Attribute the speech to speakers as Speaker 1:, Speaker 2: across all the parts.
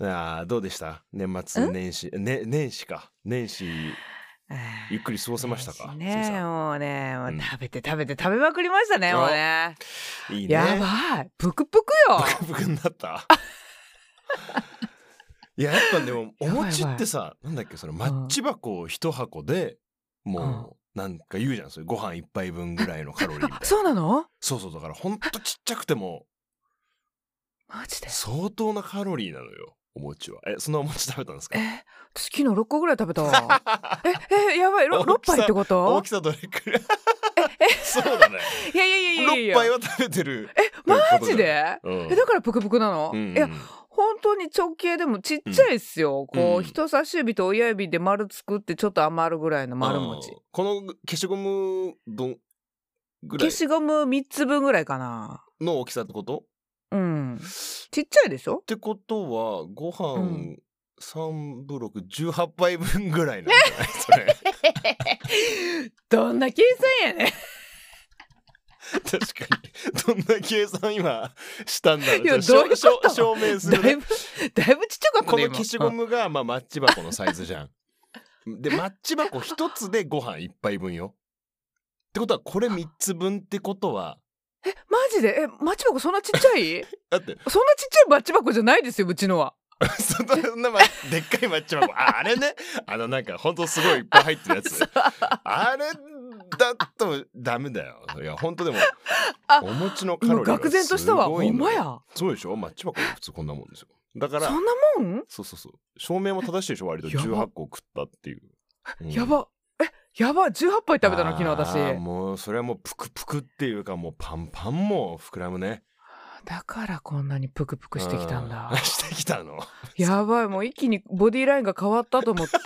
Speaker 1: ああ、どうでした年末
Speaker 2: ん
Speaker 1: 年始、ね、年始か。年始、ゆっくり過ごせましたか
Speaker 2: ね
Speaker 1: すい
Speaker 2: え
Speaker 1: ま
Speaker 2: もうね、もう
Speaker 1: うん
Speaker 2: 食べて食べて食べまくりましたね、もうね。
Speaker 1: せんいいね。
Speaker 2: やばい、ぷくぷく よ。
Speaker 1: ブクブクになった いややっぱでもお
Speaker 2: やばい
Speaker 1: 餅ってさなんだっけそのマッチ箱一箱でもうなんか言うじゃんそれご飯一杯分ぐらいのカロリーみたい
Speaker 2: あ、
Speaker 1: な
Speaker 2: そうなの？
Speaker 1: そうそうだからほんとちっちゃくて も
Speaker 2: マジで。
Speaker 1: 相当なカロリーなのよお餅はえそんなお餅食べたんですか
Speaker 2: え、私昨日六個ぐらい食べたわ。え、え、やばい、ろ
Speaker 1: 大
Speaker 2: 六
Speaker 1: きさ
Speaker 2: 杯ってこ
Speaker 1: 大
Speaker 2: と
Speaker 1: き？さどれくらい そうだね
Speaker 2: いやいやいやいやい
Speaker 1: 6
Speaker 2: や。
Speaker 1: 杯は食べてる
Speaker 2: え、マジで？
Speaker 1: うん
Speaker 2: え、だからぷくぷくなの？
Speaker 1: うんうん
Speaker 2: いや。本当に直径でもちっちゃいっすよ、こ
Speaker 1: うん
Speaker 2: う人差し指と親指で丸作ってちょっと余るぐらいの丸餅
Speaker 1: あーこの消しゴムどんぐらい
Speaker 2: 消しゴム3つ分ぐらいかな
Speaker 1: の大きさってこと
Speaker 2: うんちっちゃいでしょ
Speaker 1: ってことはご
Speaker 2: う
Speaker 1: 飯
Speaker 2: ん
Speaker 1: 三ブロック十八杯分ぐらいなんじゃないそれ
Speaker 2: どんな計算やね
Speaker 1: 確かにどんな計算今したんだろう
Speaker 2: いや
Speaker 1: じゃあ
Speaker 2: どういう
Speaker 1: しょ
Speaker 2: こと
Speaker 1: しょ証明する
Speaker 2: だ
Speaker 1: ね
Speaker 2: いぶだいぶちっちゃかった
Speaker 1: こ
Speaker 2: ね
Speaker 1: の
Speaker 2: 今
Speaker 1: 消しゴムがまあマッチ箱のサイズじゃんでマッチ箱一つでご飯一杯分よってことはこれ三つ分ってことは
Speaker 2: えマジでえマッチ箱そんなちっちゃ い
Speaker 1: だって
Speaker 2: そんなちっちゃいマッチ箱じゃないですようちのは
Speaker 1: そんな、ま、でっかいマッチ箱ああれねあのなんかほんとすごいいっぱい入ってるやつあれだとダメだよいやほんとでも
Speaker 2: あ
Speaker 1: お餅のカ
Speaker 2: 今
Speaker 1: ロリー
Speaker 2: 愕
Speaker 1: が
Speaker 2: 然としたわ
Speaker 1: すご
Speaker 2: ほ
Speaker 1: い
Speaker 2: ん
Speaker 1: の
Speaker 2: まや
Speaker 1: そうでしょマッチ箱は普通こんなもんですよだか
Speaker 2: そ
Speaker 1: ら
Speaker 2: んなもん、
Speaker 1: そうそうそう照明も正しいでしょ割と
Speaker 2: やば
Speaker 1: 18個食ったっていう、うん
Speaker 2: やばえやば18杯食べたの昨日私
Speaker 1: あーもうそれはもうプクプクっていうかもうパンパンも膨らむね
Speaker 2: だからこんなにプクプクしてきたんだ
Speaker 1: う してきたの
Speaker 2: やばいもう一気にボディラインが変わったと思って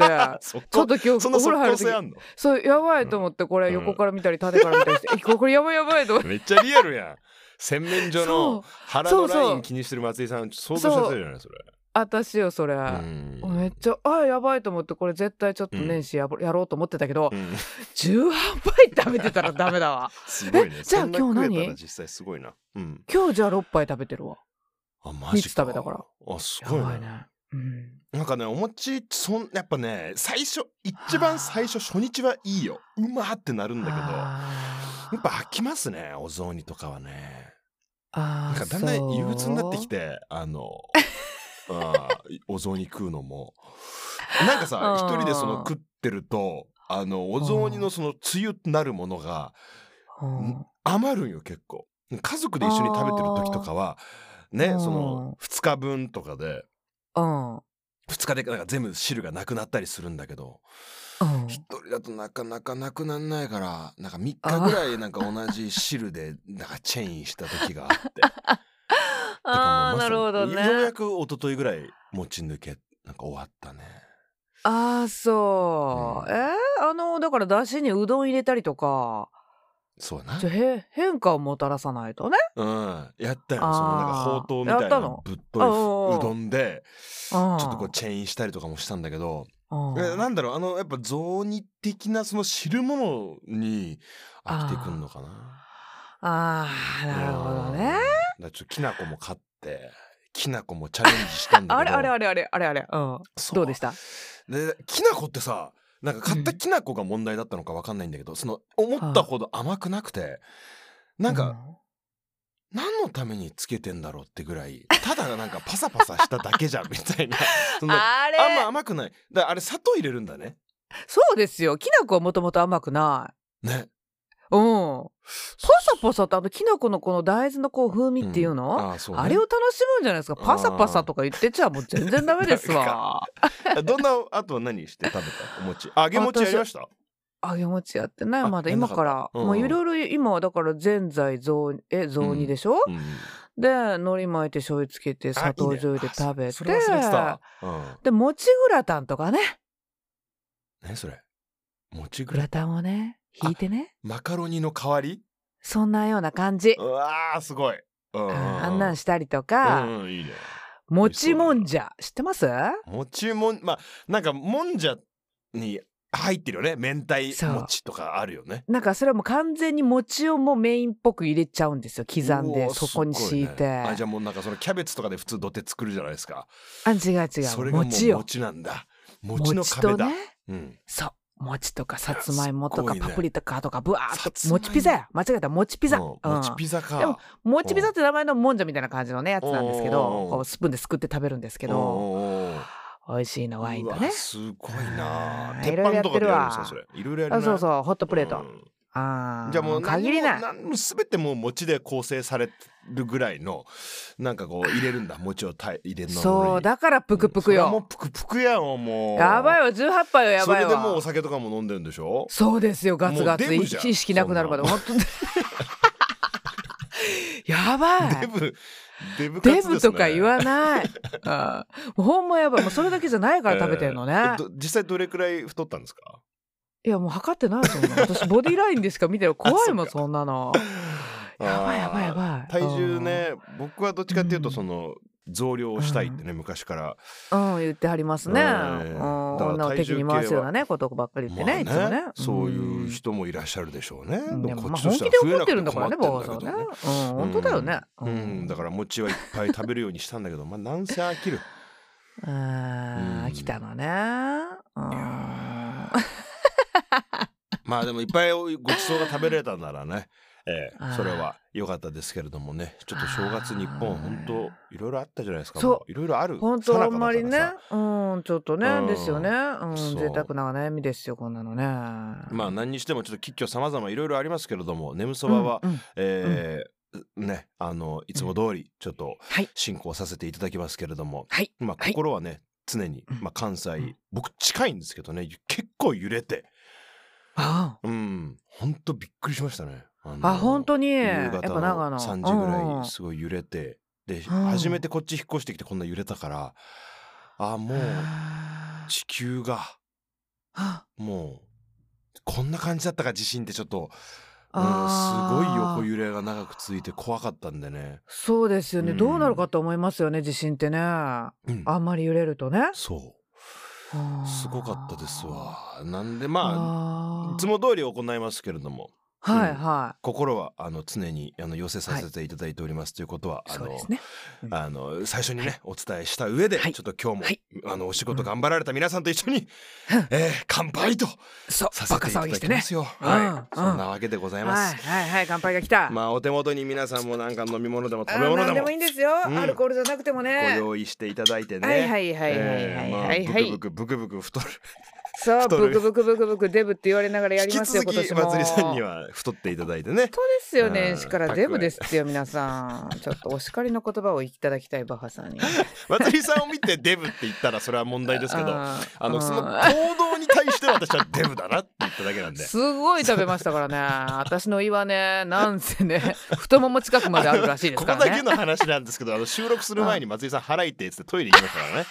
Speaker 1: そ
Speaker 2: ちょっ
Speaker 1: こと
Speaker 2: 今日
Speaker 1: そ
Speaker 2: お
Speaker 1: んな
Speaker 2: 風
Speaker 1: 即
Speaker 2: 呂入
Speaker 1: 効
Speaker 2: る時
Speaker 1: 性あんの
Speaker 2: そうやばいと思ってこれ横から見たり縦から見たりして、えこれこれやばいやばいと思って
Speaker 1: めっちゃリアルやん洗面所の
Speaker 2: そ
Speaker 1: 腹の
Speaker 2: そう
Speaker 1: ライ
Speaker 2: そ
Speaker 1: ン
Speaker 2: う
Speaker 1: 気にしてる松井さん想像させるじゃないそれ
Speaker 2: 私よそれ、
Speaker 1: うん
Speaker 2: めっちゃあやばいと思ってこれ絶対ちょっと年始や,、やろうと思ってたけど、
Speaker 1: うん
Speaker 2: 18杯食べてたらダメだ わ
Speaker 1: すごいね
Speaker 2: えじゃあ
Speaker 1: そんな
Speaker 2: 今日
Speaker 1: 食え
Speaker 2: 何
Speaker 1: たら実際すごいなうん
Speaker 2: 今日じゃあ6杯食べてるわ
Speaker 1: あマジ
Speaker 2: 三つ食べたから
Speaker 1: あす
Speaker 2: や
Speaker 1: ごい
Speaker 2: ば
Speaker 1: ね
Speaker 2: いねうん
Speaker 1: なんかねお餅そんやっぱね最初一番最初初日はいいようまーってなるんだけどや
Speaker 2: あー
Speaker 1: っぱ飽きますねお雑煮とかはね
Speaker 2: あ
Speaker 1: なん
Speaker 2: ー
Speaker 1: かだんだん憂鬱になってき
Speaker 2: そう
Speaker 1: てあ のあーお雑煮食うのもなんかさ
Speaker 2: うん
Speaker 1: 一人でその食ってるとあのお雑煮のそのつゆなるものが
Speaker 2: うん
Speaker 1: 余るんよ結構家族で一緒に食べてる時とかはね
Speaker 2: うん
Speaker 1: その2日分とかで
Speaker 2: うん
Speaker 1: 2日でなんか全部汁がなくなったりするんだけど
Speaker 2: うん
Speaker 1: 一人だとなかなかなくなんないからなんか3日ぐらいなんか同じ汁でなんかチェインした時があって
Speaker 2: あーなるほど
Speaker 1: てかもうまさにようや
Speaker 2: ね
Speaker 1: く一昨日ぐらい持ち抜けなんか終わったね
Speaker 2: ああそう、
Speaker 1: うん
Speaker 2: えーあのだからだしにうどん入れたりとか
Speaker 1: そうやな
Speaker 2: ちょへ変化をもたらさないとね
Speaker 1: うんやったよ
Speaker 2: あー
Speaker 1: そのなんかほうとうみた
Speaker 2: や
Speaker 1: い
Speaker 2: っ
Speaker 1: な
Speaker 2: た
Speaker 1: ぶっ
Speaker 2: の
Speaker 1: という
Speaker 2: あー
Speaker 1: うどんでちょ
Speaker 2: あー
Speaker 1: っとこうチェインしたりとかもしたんだけど
Speaker 2: うん
Speaker 1: えなんだろうあのやっぱ雑煮的なその汁物に飽きてくんのかな
Speaker 2: ああなるほどね。
Speaker 1: うん。だからちょっときなこも買って、きなこもチャレンジしたんだ
Speaker 2: あ
Speaker 1: け
Speaker 2: れ
Speaker 1: ど。
Speaker 2: あれあれあれあれあれ、うん、
Speaker 1: そう
Speaker 2: どうでした
Speaker 1: できなこってさ、なんか買ったきなこが問題だったのかわかんないんだけど、その思ったほど甘くなくて、なんか、何のためにつけてんだろうってぐらい、ただなんかパサパサしただけじゃんみたい な。そ
Speaker 2: うん、
Speaker 1: の
Speaker 2: あれ
Speaker 1: あんま甘くない。だからあれ砂糖入れるんだね。
Speaker 2: そうですよきな粉はもともと甘くない。
Speaker 1: ね。
Speaker 2: うん、パサパサとあのきな粉のこの大豆のこう風味っていうの、
Speaker 1: んあーそうね
Speaker 2: あれを楽しむんじゃないですかパサパサとか言ってちゃもう全然ダ メですわ
Speaker 1: どんなあとは何して食べたお餅揚げ餅やりました
Speaker 2: 揚げ餅やってない
Speaker 1: あ
Speaker 2: まだ
Speaker 1: やんな
Speaker 2: 今
Speaker 1: かっ
Speaker 2: か
Speaker 1: た
Speaker 2: ら
Speaker 1: うん
Speaker 2: もういろいろ今はだからぜんざい雑煮え雑煮でしょ、
Speaker 1: うん
Speaker 2: で海苔巻いて醤油つけて砂糖醤油で食べて
Speaker 1: あそれ忘れてた、うん、
Speaker 2: で餅グラタンとかね
Speaker 1: 何それ餅
Speaker 2: グ
Speaker 1: グラ
Speaker 2: ラタンをね
Speaker 1: あ
Speaker 2: 引いてね
Speaker 1: マカロニの代わり
Speaker 2: そんなような感じ
Speaker 1: うわーすごい、うんうん
Speaker 2: う
Speaker 1: うんん、
Speaker 2: あんなん
Speaker 1: し
Speaker 2: したりと
Speaker 1: た
Speaker 2: か
Speaker 1: うん、うん、いいね
Speaker 2: 餅もんじゃ知ってます
Speaker 1: 餅もんまあなんかもんじゃに入ってるよね明太
Speaker 2: そう
Speaker 1: 餅とかあるよね
Speaker 2: なんかそれはもう完全に餅をもうメインっぽく入れちゃうんですよ刻ん
Speaker 1: う
Speaker 2: で
Speaker 1: わ
Speaker 2: そこに
Speaker 1: すご
Speaker 2: 敷いて
Speaker 1: ねあじゃあもうなんかそのキャベツとかで普通土手作るじゃないですか
Speaker 2: あ違う違
Speaker 1: それ
Speaker 2: う
Speaker 1: がもう
Speaker 2: 餅よ
Speaker 1: 餅なんだ餅の
Speaker 2: 餅
Speaker 1: 壁
Speaker 2: と
Speaker 1: だ、
Speaker 2: ね
Speaker 1: うん
Speaker 2: そう餅とかさつまいもと
Speaker 1: す
Speaker 2: か
Speaker 1: ごいね
Speaker 2: パプリカとかブワー
Speaker 1: さ
Speaker 2: っ
Speaker 1: つ
Speaker 2: と
Speaker 1: まいも
Speaker 2: 餅ピザや間違えた餅ピザ、
Speaker 1: うん
Speaker 2: うん
Speaker 1: 餅ピザか
Speaker 2: でも餅ピザって名前のもんじゃみたいな感じのねやつなんですけ
Speaker 1: おうおうお
Speaker 2: ど
Speaker 1: う
Speaker 2: こうスプーンですくって食べるんですけど
Speaker 1: おうおうおう
Speaker 2: 美味しいのワインと
Speaker 1: う
Speaker 2: ね
Speaker 1: わすごいな
Speaker 2: あー
Speaker 1: 鉄
Speaker 2: いろいろや
Speaker 1: 板
Speaker 2: っ
Speaker 1: とか
Speaker 2: て
Speaker 1: で
Speaker 2: る
Speaker 1: やる
Speaker 2: わ
Speaker 1: んですかそれいろいろやる
Speaker 2: あ
Speaker 1: な
Speaker 2: そうそうホットプレート、
Speaker 1: うん
Speaker 2: あー
Speaker 1: じゃあもう
Speaker 2: 限りない
Speaker 1: 何も何も全てもう餅で構成されるぐらいのなんかこう入れるんだ餅をたい入れるの
Speaker 2: そうだからプクプク
Speaker 1: もう
Speaker 2: よ、
Speaker 1: プクプクやんもう
Speaker 2: やばい
Speaker 1: わ
Speaker 2: よ18杯はやばいわ
Speaker 1: それでもうお酒とかも飲んでるんでしょ
Speaker 2: そうですよガツガ
Speaker 1: もう
Speaker 2: ツ
Speaker 1: デ
Speaker 2: 意
Speaker 1: ブじゃん
Speaker 2: 識なくなるまで
Speaker 1: そん
Speaker 2: 本当にやば
Speaker 1: デ
Speaker 2: い
Speaker 1: ブデブ活で
Speaker 2: デ
Speaker 1: すね
Speaker 2: ブとか言わない、 あーもうほんまやばいもうそれだけじゃないから食べてるのね、
Speaker 1: えーえど実際どれくらい太ったんですか
Speaker 2: いやもう測ってないそんなの私ボディラインでしか見てる怖 いもんそんなのやばいやばいや
Speaker 1: い
Speaker 2: ばい
Speaker 1: 体重ね僕はどっちかっていうと
Speaker 2: うん
Speaker 1: その増量をしたいってね昔から
Speaker 2: うん、うん言ってはりますね、
Speaker 1: え
Speaker 2: う
Speaker 1: え
Speaker 2: ん、
Speaker 1: だから
Speaker 2: 女を敵に回すようなねことばっかり言ってね,、
Speaker 1: まあ
Speaker 2: いつもね
Speaker 1: そういう人もいらっしゃるでしょうね、
Speaker 2: うん
Speaker 1: で
Speaker 2: で
Speaker 1: も
Speaker 2: も
Speaker 1: こ
Speaker 2: ま
Speaker 1: っ
Speaker 2: あ
Speaker 1: ちと
Speaker 2: 本
Speaker 1: して
Speaker 2: 気
Speaker 1: は増
Speaker 2: で
Speaker 1: えな
Speaker 2: 怒
Speaker 1: く
Speaker 2: って
Speaker 1: て
Speaker 2: るんだか
Speaker 1: 困
Speaker 2: ら
Speaker 1: っ
Speaker 2: ね
Speaker 1: てんだ
Speaker 2: バカさん
Speaker 1: けど
Speaker 2: はね
Speaker 1: ね
Speaker 2: うん本当だよね
Speaker 1: うん、だから餅はいっぱい食べるようにしたんだけどまあなんせ飽きる
Speaker 2: あ
Speaker 1: うん
Speaker 2: ー来たのねうん
Speaker 1: まあでもいっぱいごちそうが食べれたならね、ええ
Speaker 2: あー
Speaker 1: それは良かったですけれどもねちょっと正月日本
Speaker 2: あー
Speaker 1: 本当いろいろあったじゃないですか
Speaker 2: そう
Speaker 1: もいろいろある
Speaker 2: 本
Speaker 1: 最
Speaker 2: 当あ
Speaker 1: 中
Speaker 2: ん
Speaker 1: だ
Speaker 2: まりね
Speaker 1: からさ
Speaker 2: うんちょっとね、
Speaker 1: うん
Speaker 2: ですよねうん
Speaker 1: そう
Speaker 2: 贅沢な悩みですよこんなのね
Speaker 1: まあ何にしてもちょっと吉居様々いろいろありますけれども眠そばは、
Speaker 2: うんうん
Speaker 1: えーねあのいつも通りちょっと
Speaker 2: はい
Speaker 1: 進行させていただきますけれども、
Speaker 2: はい
Speaker 1: まあ
Speaker 2: はい
Speaker 1: 心はね、常に、
Speaker 2: うん
Speaker 1: まあ、関西、
Speaker 2: うん
Speaker 1: 僕近いんですけどね結構揺れて
Speaker 2: あ
Speaker 1: うんほんとびっくりしましたね。あ
Speaker 2: あ本当にや
Speaker 1: 夕
Speaker 2: っぱ
Speaker 1: 方
Speaker 2: 長
Speaker 1: の
Speaker 2: 野
Speaker 1: 3時ぐ
Speaker 2: うん
Speaker 1: らいすごい揺れてで
Speaker 2: ん
Speaker 1: 初めてこっち引っ越してきてこんな揺れたからあもう
Speaker 2: あー
Speaker 1: 地球が
Speaker 2: あ
Speaker 1: もうこんな感じだったか地震ってちょっと、うん、す
Speaker 2: あ
Speaker 1: ご
Speaker 2: ー
Speaker 1: い横揺れが長く続いて怖かったんでね。
Speaker 2: そうですよね、
Speaker 1: うん
Speaker 2: どうなるかと思いますよね地震ってねあ
Speaker 1: うん
Speaker 2: んまり揺れるとね
Speaker 1: そうすごかったです
Speaker 2: あ
Speaker 1: わなんで
Speaker 2: ー
Speaker 1: まあ
Speaker 2: あ
Speaker 1: いつ
Speaker 2: ー
Speaker 1: も通り行いますけれども
Speaker 2: はいは
Speaker 1: 心はあの常にあの寄せさせていただいております、ということはいあ
Speaker 2: そ
Speaker 1: の
Speaker 2: うですねうん
Speaker 1: あの最初にね、お伝えした上で、
Speaker 2: はい
Speaker 1: ちょっと今日も、
Speaker 2: はい
Speaker 1: あのお仕事頑張られた皆さんと一緒に、
Speaker 2: うん
Speaker 1: えー乾杯と
Speaker 2: そう
Speaker 1: させ
Speaker 2: バ
Speaker 1: て
Speaker 2: カ
Speaker 1: いた
Speaker 2: 騒
Speaker 1: だ
Speaker 2: ぎして
Speaker 1: き
Speaker 2: ね
Speaker 1: ますよ。
Speaker 2: うん
Speaker 1: は
Speaker 2: うん
Speaker 1: い、そんなわけでございます。
Speaker 2: はいはいはい乾杯が来た、
Speaker 1: まあお手元に皆さんもなんか飲み物でも
Speaker 2: あ
Speaker 1: 食
Speaker 2: ー
Speaker 1: べ物で
Speaker 2: 何で
Speaker 1: も
Speaker 2: もいいんですよ、
Speaker 1: うん
Speaker 2: アルコールじゃなくてもね
Speaker 1: ご用意していただいてね。
Speaker 2: はいはいはいはいは
Speaker 1: え
Speaker 2: い
Speaker 1: ーまあ
Speaker 2: はいはい、
Speaker 1: ブクブクブクブク太る
Speaker 2: そう
Speaker 1: 太る
Speaker 2: ブクブクブクブクデブって言われながらや
Speaker 1: 引
Speaker 2: り
Speaker 1: き
Speaker 2: ますよ
Speaker 1: 続
Speaker 2: 今
Speaker 1: き
Speaker 2: 年も
Speaker 1: まつりさんには太っていただいて ね
Speaker 2: 本当ですよね、
Speaker 1: うん
Speaker 2: しからデブですってよ皆さんちょっとお叱りの言葉をいただきたいバカさんに
Speaker 1: まつりさんを見てデブって言ったらそれは問題ですけどあ
Speaker 2: あー
Speaker 1: のその
Speaker 2: うん
Speaker 1: 行動に対して私はデブだなって言っただけなんです
Speaker 2: ごい食べましたからね私の胃はねなん せね太もも近くまであるらしいです
Speaker 1: こ
Speaker 2: か
Speaker 1: こ
Speaker 2: ら
Speaker 1: だけ
Speaker 2: ね
Speaker 1: の話なんですけどあの収録する前に松井さん腹痛いっつってトイレ行きました からね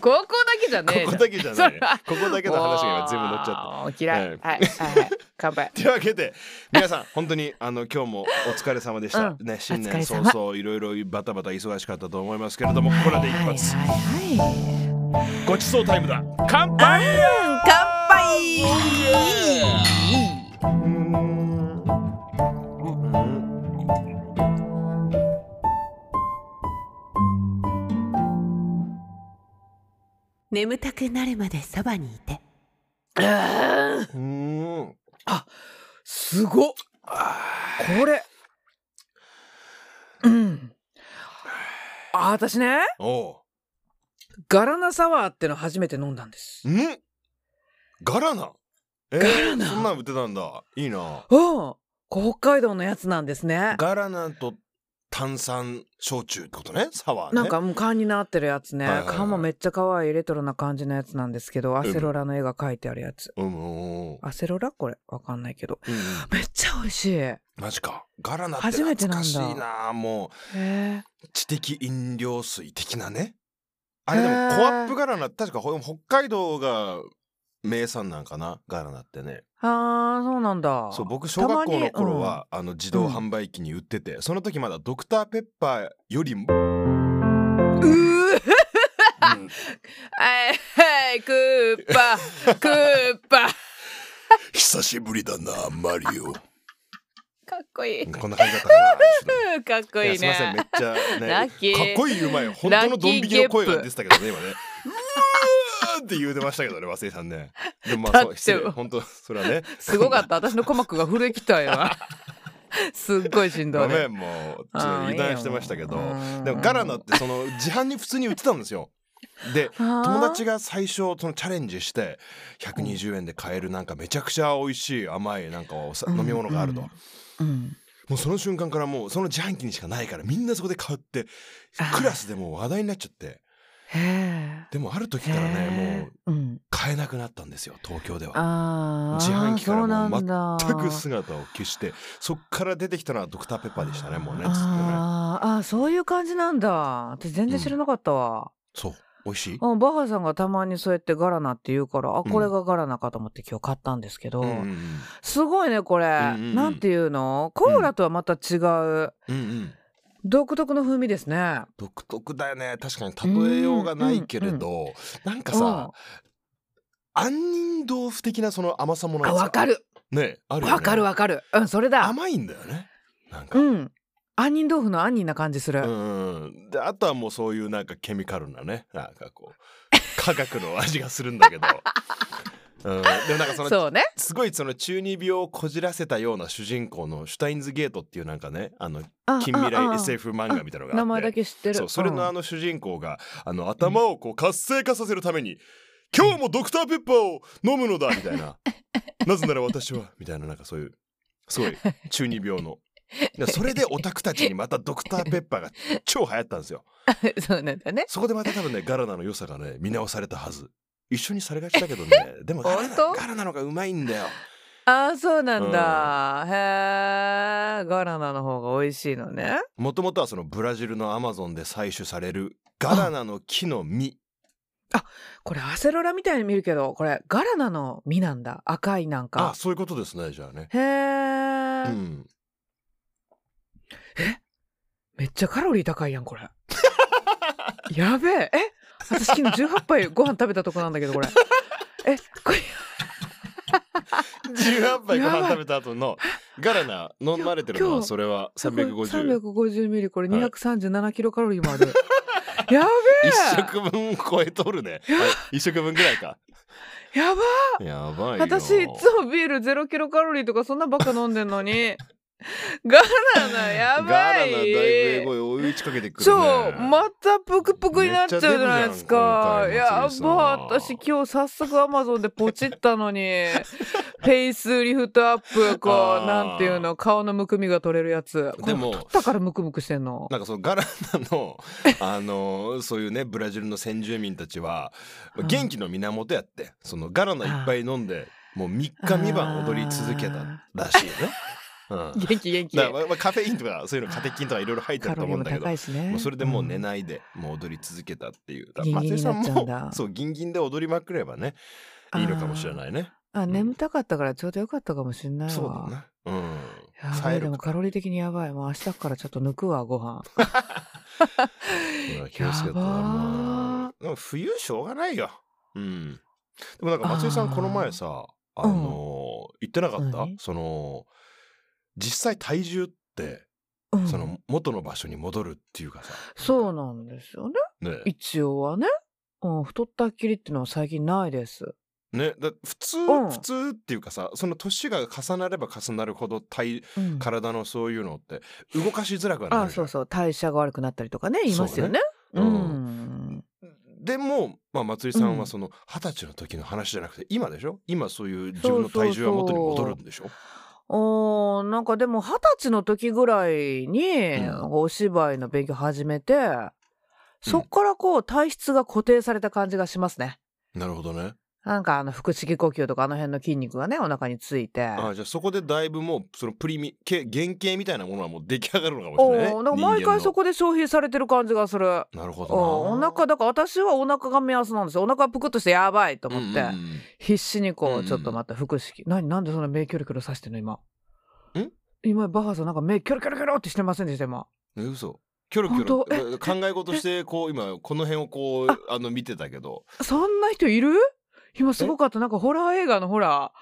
Speaker 2: ここだけじゃねえ
Speaker 1: ここだけじゃないここだけの話が今全
Speaker 2: 全
Speaker 1: 部
Speaker 2: 部
Speaker 1: 乗っちゃっ
Speaker 2: っ嫌い、
Speaker 1: はい
Speaker 2: はいはいはい乾杯
Speaker 1: たというわけで皆さん本当にあの今日もお疲れ様でした、
Speaker 2: うん
Speaker 1: ね新
Speaker 2: お疲
Speaker 1: 年
Speaker 2: れ
Speaker 1: 早
Speaker 2: 様
Speaker 1: 々いろいろバタバタ忙しかったと思いますけれどもこれで一発
Speaker 2: はいはいはい
Speaker 1: ごちそうタイムだ乾杯
Speaker 2: 乾杯
Speaker 3: 眠たくなるまでそばにいて
Speaker 1: うん
Speaker 2: すごっこれうんあ私ね
Speaker 1: おう
Speaker 2: ガラナサワーっての初めて飲んだんです
Speaker 1: んガラナえー
Speaker 2: ガラナ
Speaker 1: そんなん売ってたんだいいな
Speaker 2: うん北海道のやつなんですね
Speaker 1: ガラナと炭酸焼酎ってことねサワーね
Speaker 2: なんかもう缶になってるやつね、
Speaker 1: はいはいはい
Speaker 2: 缶もめっちゃ可愛いレトロな感じのやつなんですけどアセロラの絵が描いてあるやつ、
Speaker 1: うんうんうん
Speaker 2: アセロラこれわかんないけど
Speaker 1: うんうん
Speaker 2: めっちゃ美味しいへ
Speaker 1: マジかガラナって
Speaker 2: 初めて
Speaker 1: 懐
Speaker 2: なん
Speaker 1: か
Speaker 2: だ
Speaker 1: しいなも
Speaker 2: え
Speaker 1: う知的飲料水的なねあれでもコアップガラナ確かほ北海道が名産なんかなガラナってね
Speaker 2: あーそうなんだ
Speaker 1: そう僕小学校の頃は、あの自動販売機に売ってて、その時まだドクターペッパーよりも、
Speaker 2: たまにうんう
Speaker 1: う
Speaker 2: ー
Speaker 1: ん
Speaker 2: はいはいクーパークー
Speaker 1: 久しぶりだなマリ オ
Speaker 2: かっこいい。
Speaker 1: こんな感じだったかな
Speaker 2: かっこいいね。
Speaker 1: やすいませんめ っちゃね
Speaker 2: ラッキー
Speaker 1: かっこいいうまい本当のドン引きの声が出てたけどね今ねうーって言うてましたけどね松井さんねでもまあ
Speaker 2: だっ
Speaker 1: そう
Speaker 2: て
Speaker 1: 失礼本当それはね
Speaker 2: すごかった。私の鼓膜が震えきったよ。 今すっごいしんど
Speaker 1: ご
Speaker 2: い。
Speaker 1: めんもうちょっと油断してましたけどでもガラナ
Speaker 2: の
Speaker 1: ってその自販に普通に売ってたんですよ で友達が最初そのチャレンジして120円で買えるなんかめちゃくちゃ美味しい甘いなんかおさ
Speaker 2: うん
Speaker 1: 飲み物があると、
Speaker 2: うんうん、
Speaker 1: もうその瞬間からもうその自販機にしかないからみんなそこで買って
Speaker 2: あー
Speaker 1: クラスでもう話題になっちゃって
Speaker 2: へ
Speaker 1: でもある時
Speaker 2: え。
Speaker 1: からねもう
Speaker 2: う、うん、
Speaker 1: 買えなくなったんですよ東京では
Speaker 2: あー
Speaker 1: 自販機からもう
Speaker 2: そうなんだ
Speaker 1: 全く姿を消してそっから出てきたのはドクターペッパーでしたねもうねずっとね
Speaker 2: あーあーそういう感じなんだ私全然知らなかったわ、
Speaker 1: そう美味しい
Speaker 2: うん、バッハさんがたまにそうやってガラナって言うからあこれがガラナかと思って今日買ったんですけど、
Speaker 1: うんうん
Speaker 2: すごいねこれ、
Speaker 1: んうんうん
Speaker 2: なんていうのコーラとはまた違う、
Speaker 1: うんうん
Speaker 2: 独特の風味ですね
Speaker 1: 独特だよね確かに例えようがないけれどなんかさ杏仁豆腐的なその甘さも
Speaker 2: う
Speaker 1: なん
Speaker 2: んあ
Speaker 1: です
Speaker 2: わかる
Speaker 1: ねあるよね
Speaker 2: わかるわかるうんそれだ
Speaker 1: 甘いんだよねなんか
Speaker 2: う
Speaker 1: うん
Speaker 2: ん杏仁豆腐の杏仁な感じする、
Speaker 1: うんであとはもうそういうなんかケミカルなねなんかこ う科学の味がするんだけどうんでもなんかその
Speaker 2: そうね
Speaker 1: すごいその中二病をこじらせたような主人公のシュタインズゲートっていうなんかねあの
Speaker 2: あ
Speaker 1: 近未
Speaker 2: ああ
Speaker 1: 来 SF 漫画みたいなのがあって
Speaker 2: 名前だけ知ってる
Speaker 1: そうそれのあ
Speaker 2: ん
Speaker 1: の主人公があの頭をこう活性化させるために「今日もドクターペッパーを飲むのだ」みたい な「なぜなら私は」みたいななんかそういうすごい中二病の。でそれでオタクたちにまたドクターペッパーが超流行ったんですよ。
Speaker 2: そうなん だね
Speaker 1: そこでまた多分ねガラナの良さがね見直されたはず。一緒にされがちだけど ねでもガラ
Speaker 2: 本
Speaker 1: ナ
Speaker 2: 当
Speaker 1: ガラナのがうまいんだよ。
Speaker 2: ああそうなんだ、へえガラナの方が美味しいのね
Speaker 1: もともとはそのブラジルのアマゾンで採取されるガラナの木の実
Speaker 2: これアセロラみたいに見るけどこれガラナの実なんだ赤いなん
Speaker 1: あ
Speaker 2: か
Speaker 1: そういうことですねじゃあね。
Speaker 2: へ
Speaker 1: う
Speaker 2: え、
Speaker 1: ん、
Speaker 2: めっちゃカロリー高いや んこれやべええ私昨日18杯ご飯食べたとこなんだけどこれえこれ
Speaker 1: 18杯ご飯食べた後のガラナ飲まれてるの
Speaker 2: 今
Speaker 1: は
Speaker 2: 日
Speaker 1: それは350
Speaker 2: 350ミリこれ
Speaker 1: はい
Speaker 2: 237キロカロリー もある、やべ
Speaker 1: 一食分超えとるねあ一食分ぐらいか
Speaker 2: えやば
Speaker 1: やばいよ
Speaker 2: 私いつもビールゼロキロカロリーとかそんなバカ飲んでんのにガラナ
Speaker 1: ガラナ
Speaker 2: やば
Speaker 1: だいぶえ
Speaker 2: い
Speaker 1: ごい追い打ちかけてくるね
Speaker 2: そうまたプクプクになっちゃうじゃないですか
Speaker 1: めっちゃ出る
Speaker 2: や
Speaker 1: じゃん今回
Speaker 2: ば
Speaker 1: 松井さん
Speaker 2: 私今日早速アマゾンでポチった のにフェイスリフトアップこ
Speaker 1: あ
Speaker 2: う
Speaker 1: ー
Speaker 2: なんていうの顔のむくみが取れるやつ
Speaker 1: でも
Speaker 2: これ太ったからむくむくしてんの
Speaker 1: なんかそのガラナの あのそういうねブラジルの先住民たちは
Speaker 2: うん
Speaker 1: 元気の源やってそのガラナいっぱい飲んでもう3日2晩踊り続けたらしいよね。うん
Speaker 2: 元気元気
Speaker 1: だからまあカフェインとかそういうのカテキンとかいろいろ入って
Speaker 2: カ
Speaker 1: ると
Speaker 2: ロリ
Speaker 1: 思うんだ
Speaker 2: ーも
Speaker 1: けど
Speaker 2: 高いしね
Speaker 1: もうそれでもう寝
Speaker 2: い、
Speaker 1: ないで、もう踊り続けたっていう
Speaker 2: ギンギン
Speaker 1: 松
Speaker 2: に
Speaker 1: 井さん
Speaker 2: なっちゃうんだ
Speaker 1: も そうギンギンで踊りまくればね
Speaker 2: あー
Speaker 1: いいのかもしれないね
Speaker 2: あ眠たかったからちょうどよかったかもしれないわ
Speaker 1: そうだねうん
Speaker 2: やば
Speaker 1: 冴え
Speaker 2: いで
Speaker 1: る
Speaker 2: も
Speaker 1: か
Speaker 2: カロリー的にやばいもう明日からちょっと抜くわご飯
Speaker 1: らうん気をつけたら
Speaker 2: やばー
Speaker 1: もうでも冬しょうがないようんでもなんか松井さ
Speaker 2: あ
Speaker 1: ん
Speaker 2: ー
Speaker 1: この前さあのー言ってなかった
Speaker 2: 何
Speaker 1: その実際体重って
Speaker 2: うん
Speaker 1: その元の場所に戻るっていうかさ
Speaker 2: そうなんですよね
Speaker 1: ね
Speaker 2: 一応はね、うん、太ったっきりっていうのは最近ないです
Speaker 1: ねだ普通
Speaker 2: うん
Speaker 1: 普通っていうかさその年が重なれば重なるほど体
Speaker 2: うん
Speaker 1: 体のそういうのって動かしづらくはな
Speaker 2: あ
Speaker 1: るじゃ
Speaker 2: そ
Speaker 1: ん
Speaker 2: うそう代謝が悪くなったりとかね言いますよねう
Speaker 1: そうだねうん
Speaker 2: ん、
Speaker 1: でも、まあ、松井さん
Speaker 2: うん
Speaker 1: はその二十歳の時の話じゃなくて今でしょ今そういう自分の体重は元に戻るんでしょ
Speaker 2: おーなんかでも二十歳の時ぐらいに、
Speaker 1: うん
Speaker 2: なんかお芝居の勉強始めてそっからこう体質が固定された感じがしますね。
Speaker 1: なるほどね
Speaker 2: なんかあの腹式呼吸とかあの辺の筋肉がねお腹について。
Speaker 1: あじゃあそこでだいぶもうそのプリミけ原型みたいなものはもう出来上がるのかもし
Speaker 2: お
Speaker 1: れないね
Speaker 2: ーなんか毎回そ
Speaker 1: こ
Speaker 2: こで消費されてる感じがする。
Speaker 1: なるほどな
Speaker 2: おお腹だから私はお腹が目安なんですよお腹ぷくっとしてやばいと思って、
Speaker 1: うんうんうん
Speaker 2: 必死にこ
Speaker 1: うんう
Speaker 2: うんちょっとまた腹式、何なんでそんな目キョロキョロさしてんの今
Speaker 1: ん
Speaker 2: 今バッハさんなんか目キョロキョロキョロってしてませんでした今
Speaker 1: え嘘キョロキョ
Speaker 2: 本
Speaker 1: ロえ考え事してこう今この辺をこうあの見てたけど
Speaker 2: そんな人いる今すごかったなんかホラー映画のほら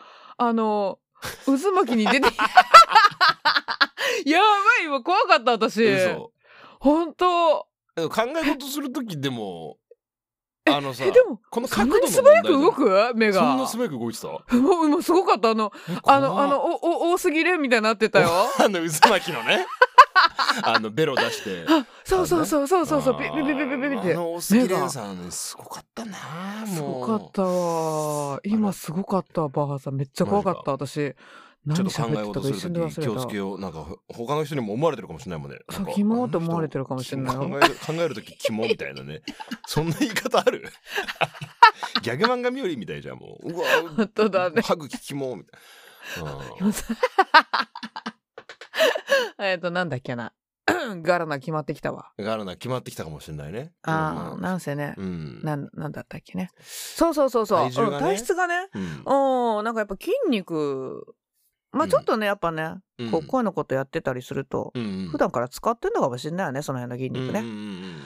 Speaker 2: あの渦巻きに出てやばい今怖かった私
Speaker 1: 嘘
Speaker 2: 本当
Speaker 1: でも考え事する時でもあのさ
Speaker 2: えでも
Speaker 1: この
Speaker 2: そ
Speaker 1: 角度
Speaker 2: んな
Speaker 1: の
Speaker 2: に素
Speaker 1: 問題
Speaker 2: 早く動く目
Speaker 1: じゃない
Speaker 2: が
Speaker 1: そんな素早く動いてた
Speaker 2: もうもうすごかったあの
Speaker 1: え怖
Speaker 2: あのあのおお多すぎれみたいになってたよ
Speaker 1: あの渦巻きのねあのベロ出して
Speaker 2: あそうそうそうそうそうそう
Speaker 1: あ
Speaker 2: ビ
Speaker 1: ー
Speaker 2: ビビビビビビっ
Speaker 1: あ
Speaker 2: て
Speaker 1: の大杉蓮さんすごかったな
Speaker 2: す
Speaker 1: も
Speaker 2: ご
Speaker 1: う
Speaker 2: かったわ
Speaker 1: あ
Speaker 2: 今
Speaker 1: ら
Speaker 2: すごかったわバッハさんめっちゃ怖かった私
Speaker 1: ちょ
Speaker 2: 何
Speaker 1: っと考え
Speaker 2: 喋って
Speaker 1: 事
Speaker 2: たか一
Speaker 1: す
Speaker 2: 瞬で
Speaker 1: る時気をつ
Speaker 2: 忘
Speaker 1: け
Speaker 2: れた
Speaker 1: ようなんかほ他の人にも思われてるかもしれないもんね
Speaker 2: そう
Speaker 1: なんか
Speaker 2: キモーって思われてるかもしれない
Speaker 1: あの人考える考える時キモみたいなねそんな言い方あるギャグ漫画冥利みたいじゃんもううわ
Speaker 2: 本当だね
Speaker 1: 歯茎キモみたいな、うん
Speaker 2: 今さえっとなんだっけな ガラナ決まってきたわ
Speaker 1: があるな決まってきたかもしれないね
Speaker 2: ああなんせね
Speaker 1: うん
Speaker 2: なんなんだったっけねそうそうそうそう
Speaker 1: 体重
Speaker 2: うん
Speaker 1: がね
Speaker 2: 体質がね
Speaker 1: うん
Speaker 2: うんなんかやっぱ筋肉ま
Speaker 1: う
Speaker 2: あ
Speaker 1: ん
Speaker 2: ちょっとねやっぱね
Speaker 1: うん
Speaker 2: こう声のことやってたりすると
Speaker 1: うんうん
Speaker 2: 普段から使ってんのかもしれないよねその辺の筋肉
Speaker 1: うん
Speaker 2: ね
Speaker 1: うんうんうん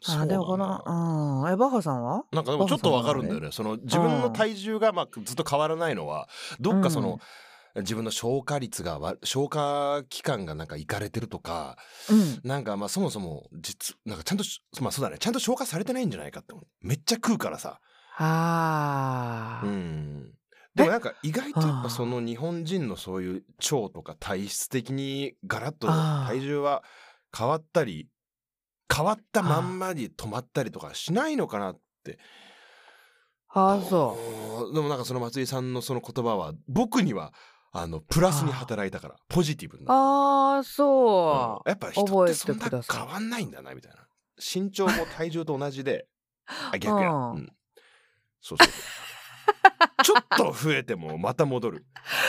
Speaker 1: そう
Speaker 2: あ
Speaker 1: な
Speaker 2: ー
Speaker 1: んだ
Speaker 2: でもこのうんえバッハさんは
Speaker 1: なんかでもちょっとわかるんだよねその自分の体重がまあずっと変わらないのはどっかその、自分の消化率がわ消化器官がなんかいかれてるとか
Speaker 2: うん
Speaker 1: なんかまあそもそも実なんかちゃんとしまあそうだねちゃんと消化されてないんじゃないかって思うめっちゃ食うからさ
Speaker 2: あ
Speaker 1: う
Speaker 2: ー
Speaker 1: んでもなんか意外とやっ
Speaker 2: あー
Speaker 1: ぱその日本人のそういう腸とか体質的にガラッと
Speaker 2: あー
Speaker 1: 体重は変わったり変わったまんまに止まったりとかしないのかなって
Speaker 2: あーそう
Speaker 1: うんでもなんかその松井さんのその言葉は僕にはあのプラスに働いたからポジティブになった
Speaker 2: あーそ
Speaker 1: う
Speaker 2: う
Speaker 1: んやっぱ人ってそん
Speaker 2: 覚えてく
Speaker 1: な
Speaker 2: ださい
Speaker 1: 変わんないんだなみたいな身長も体重と同じ であ逆や、
Speaker 2: うん
Speaker 1: うんそうそうそうちょっと増えてもまた戻る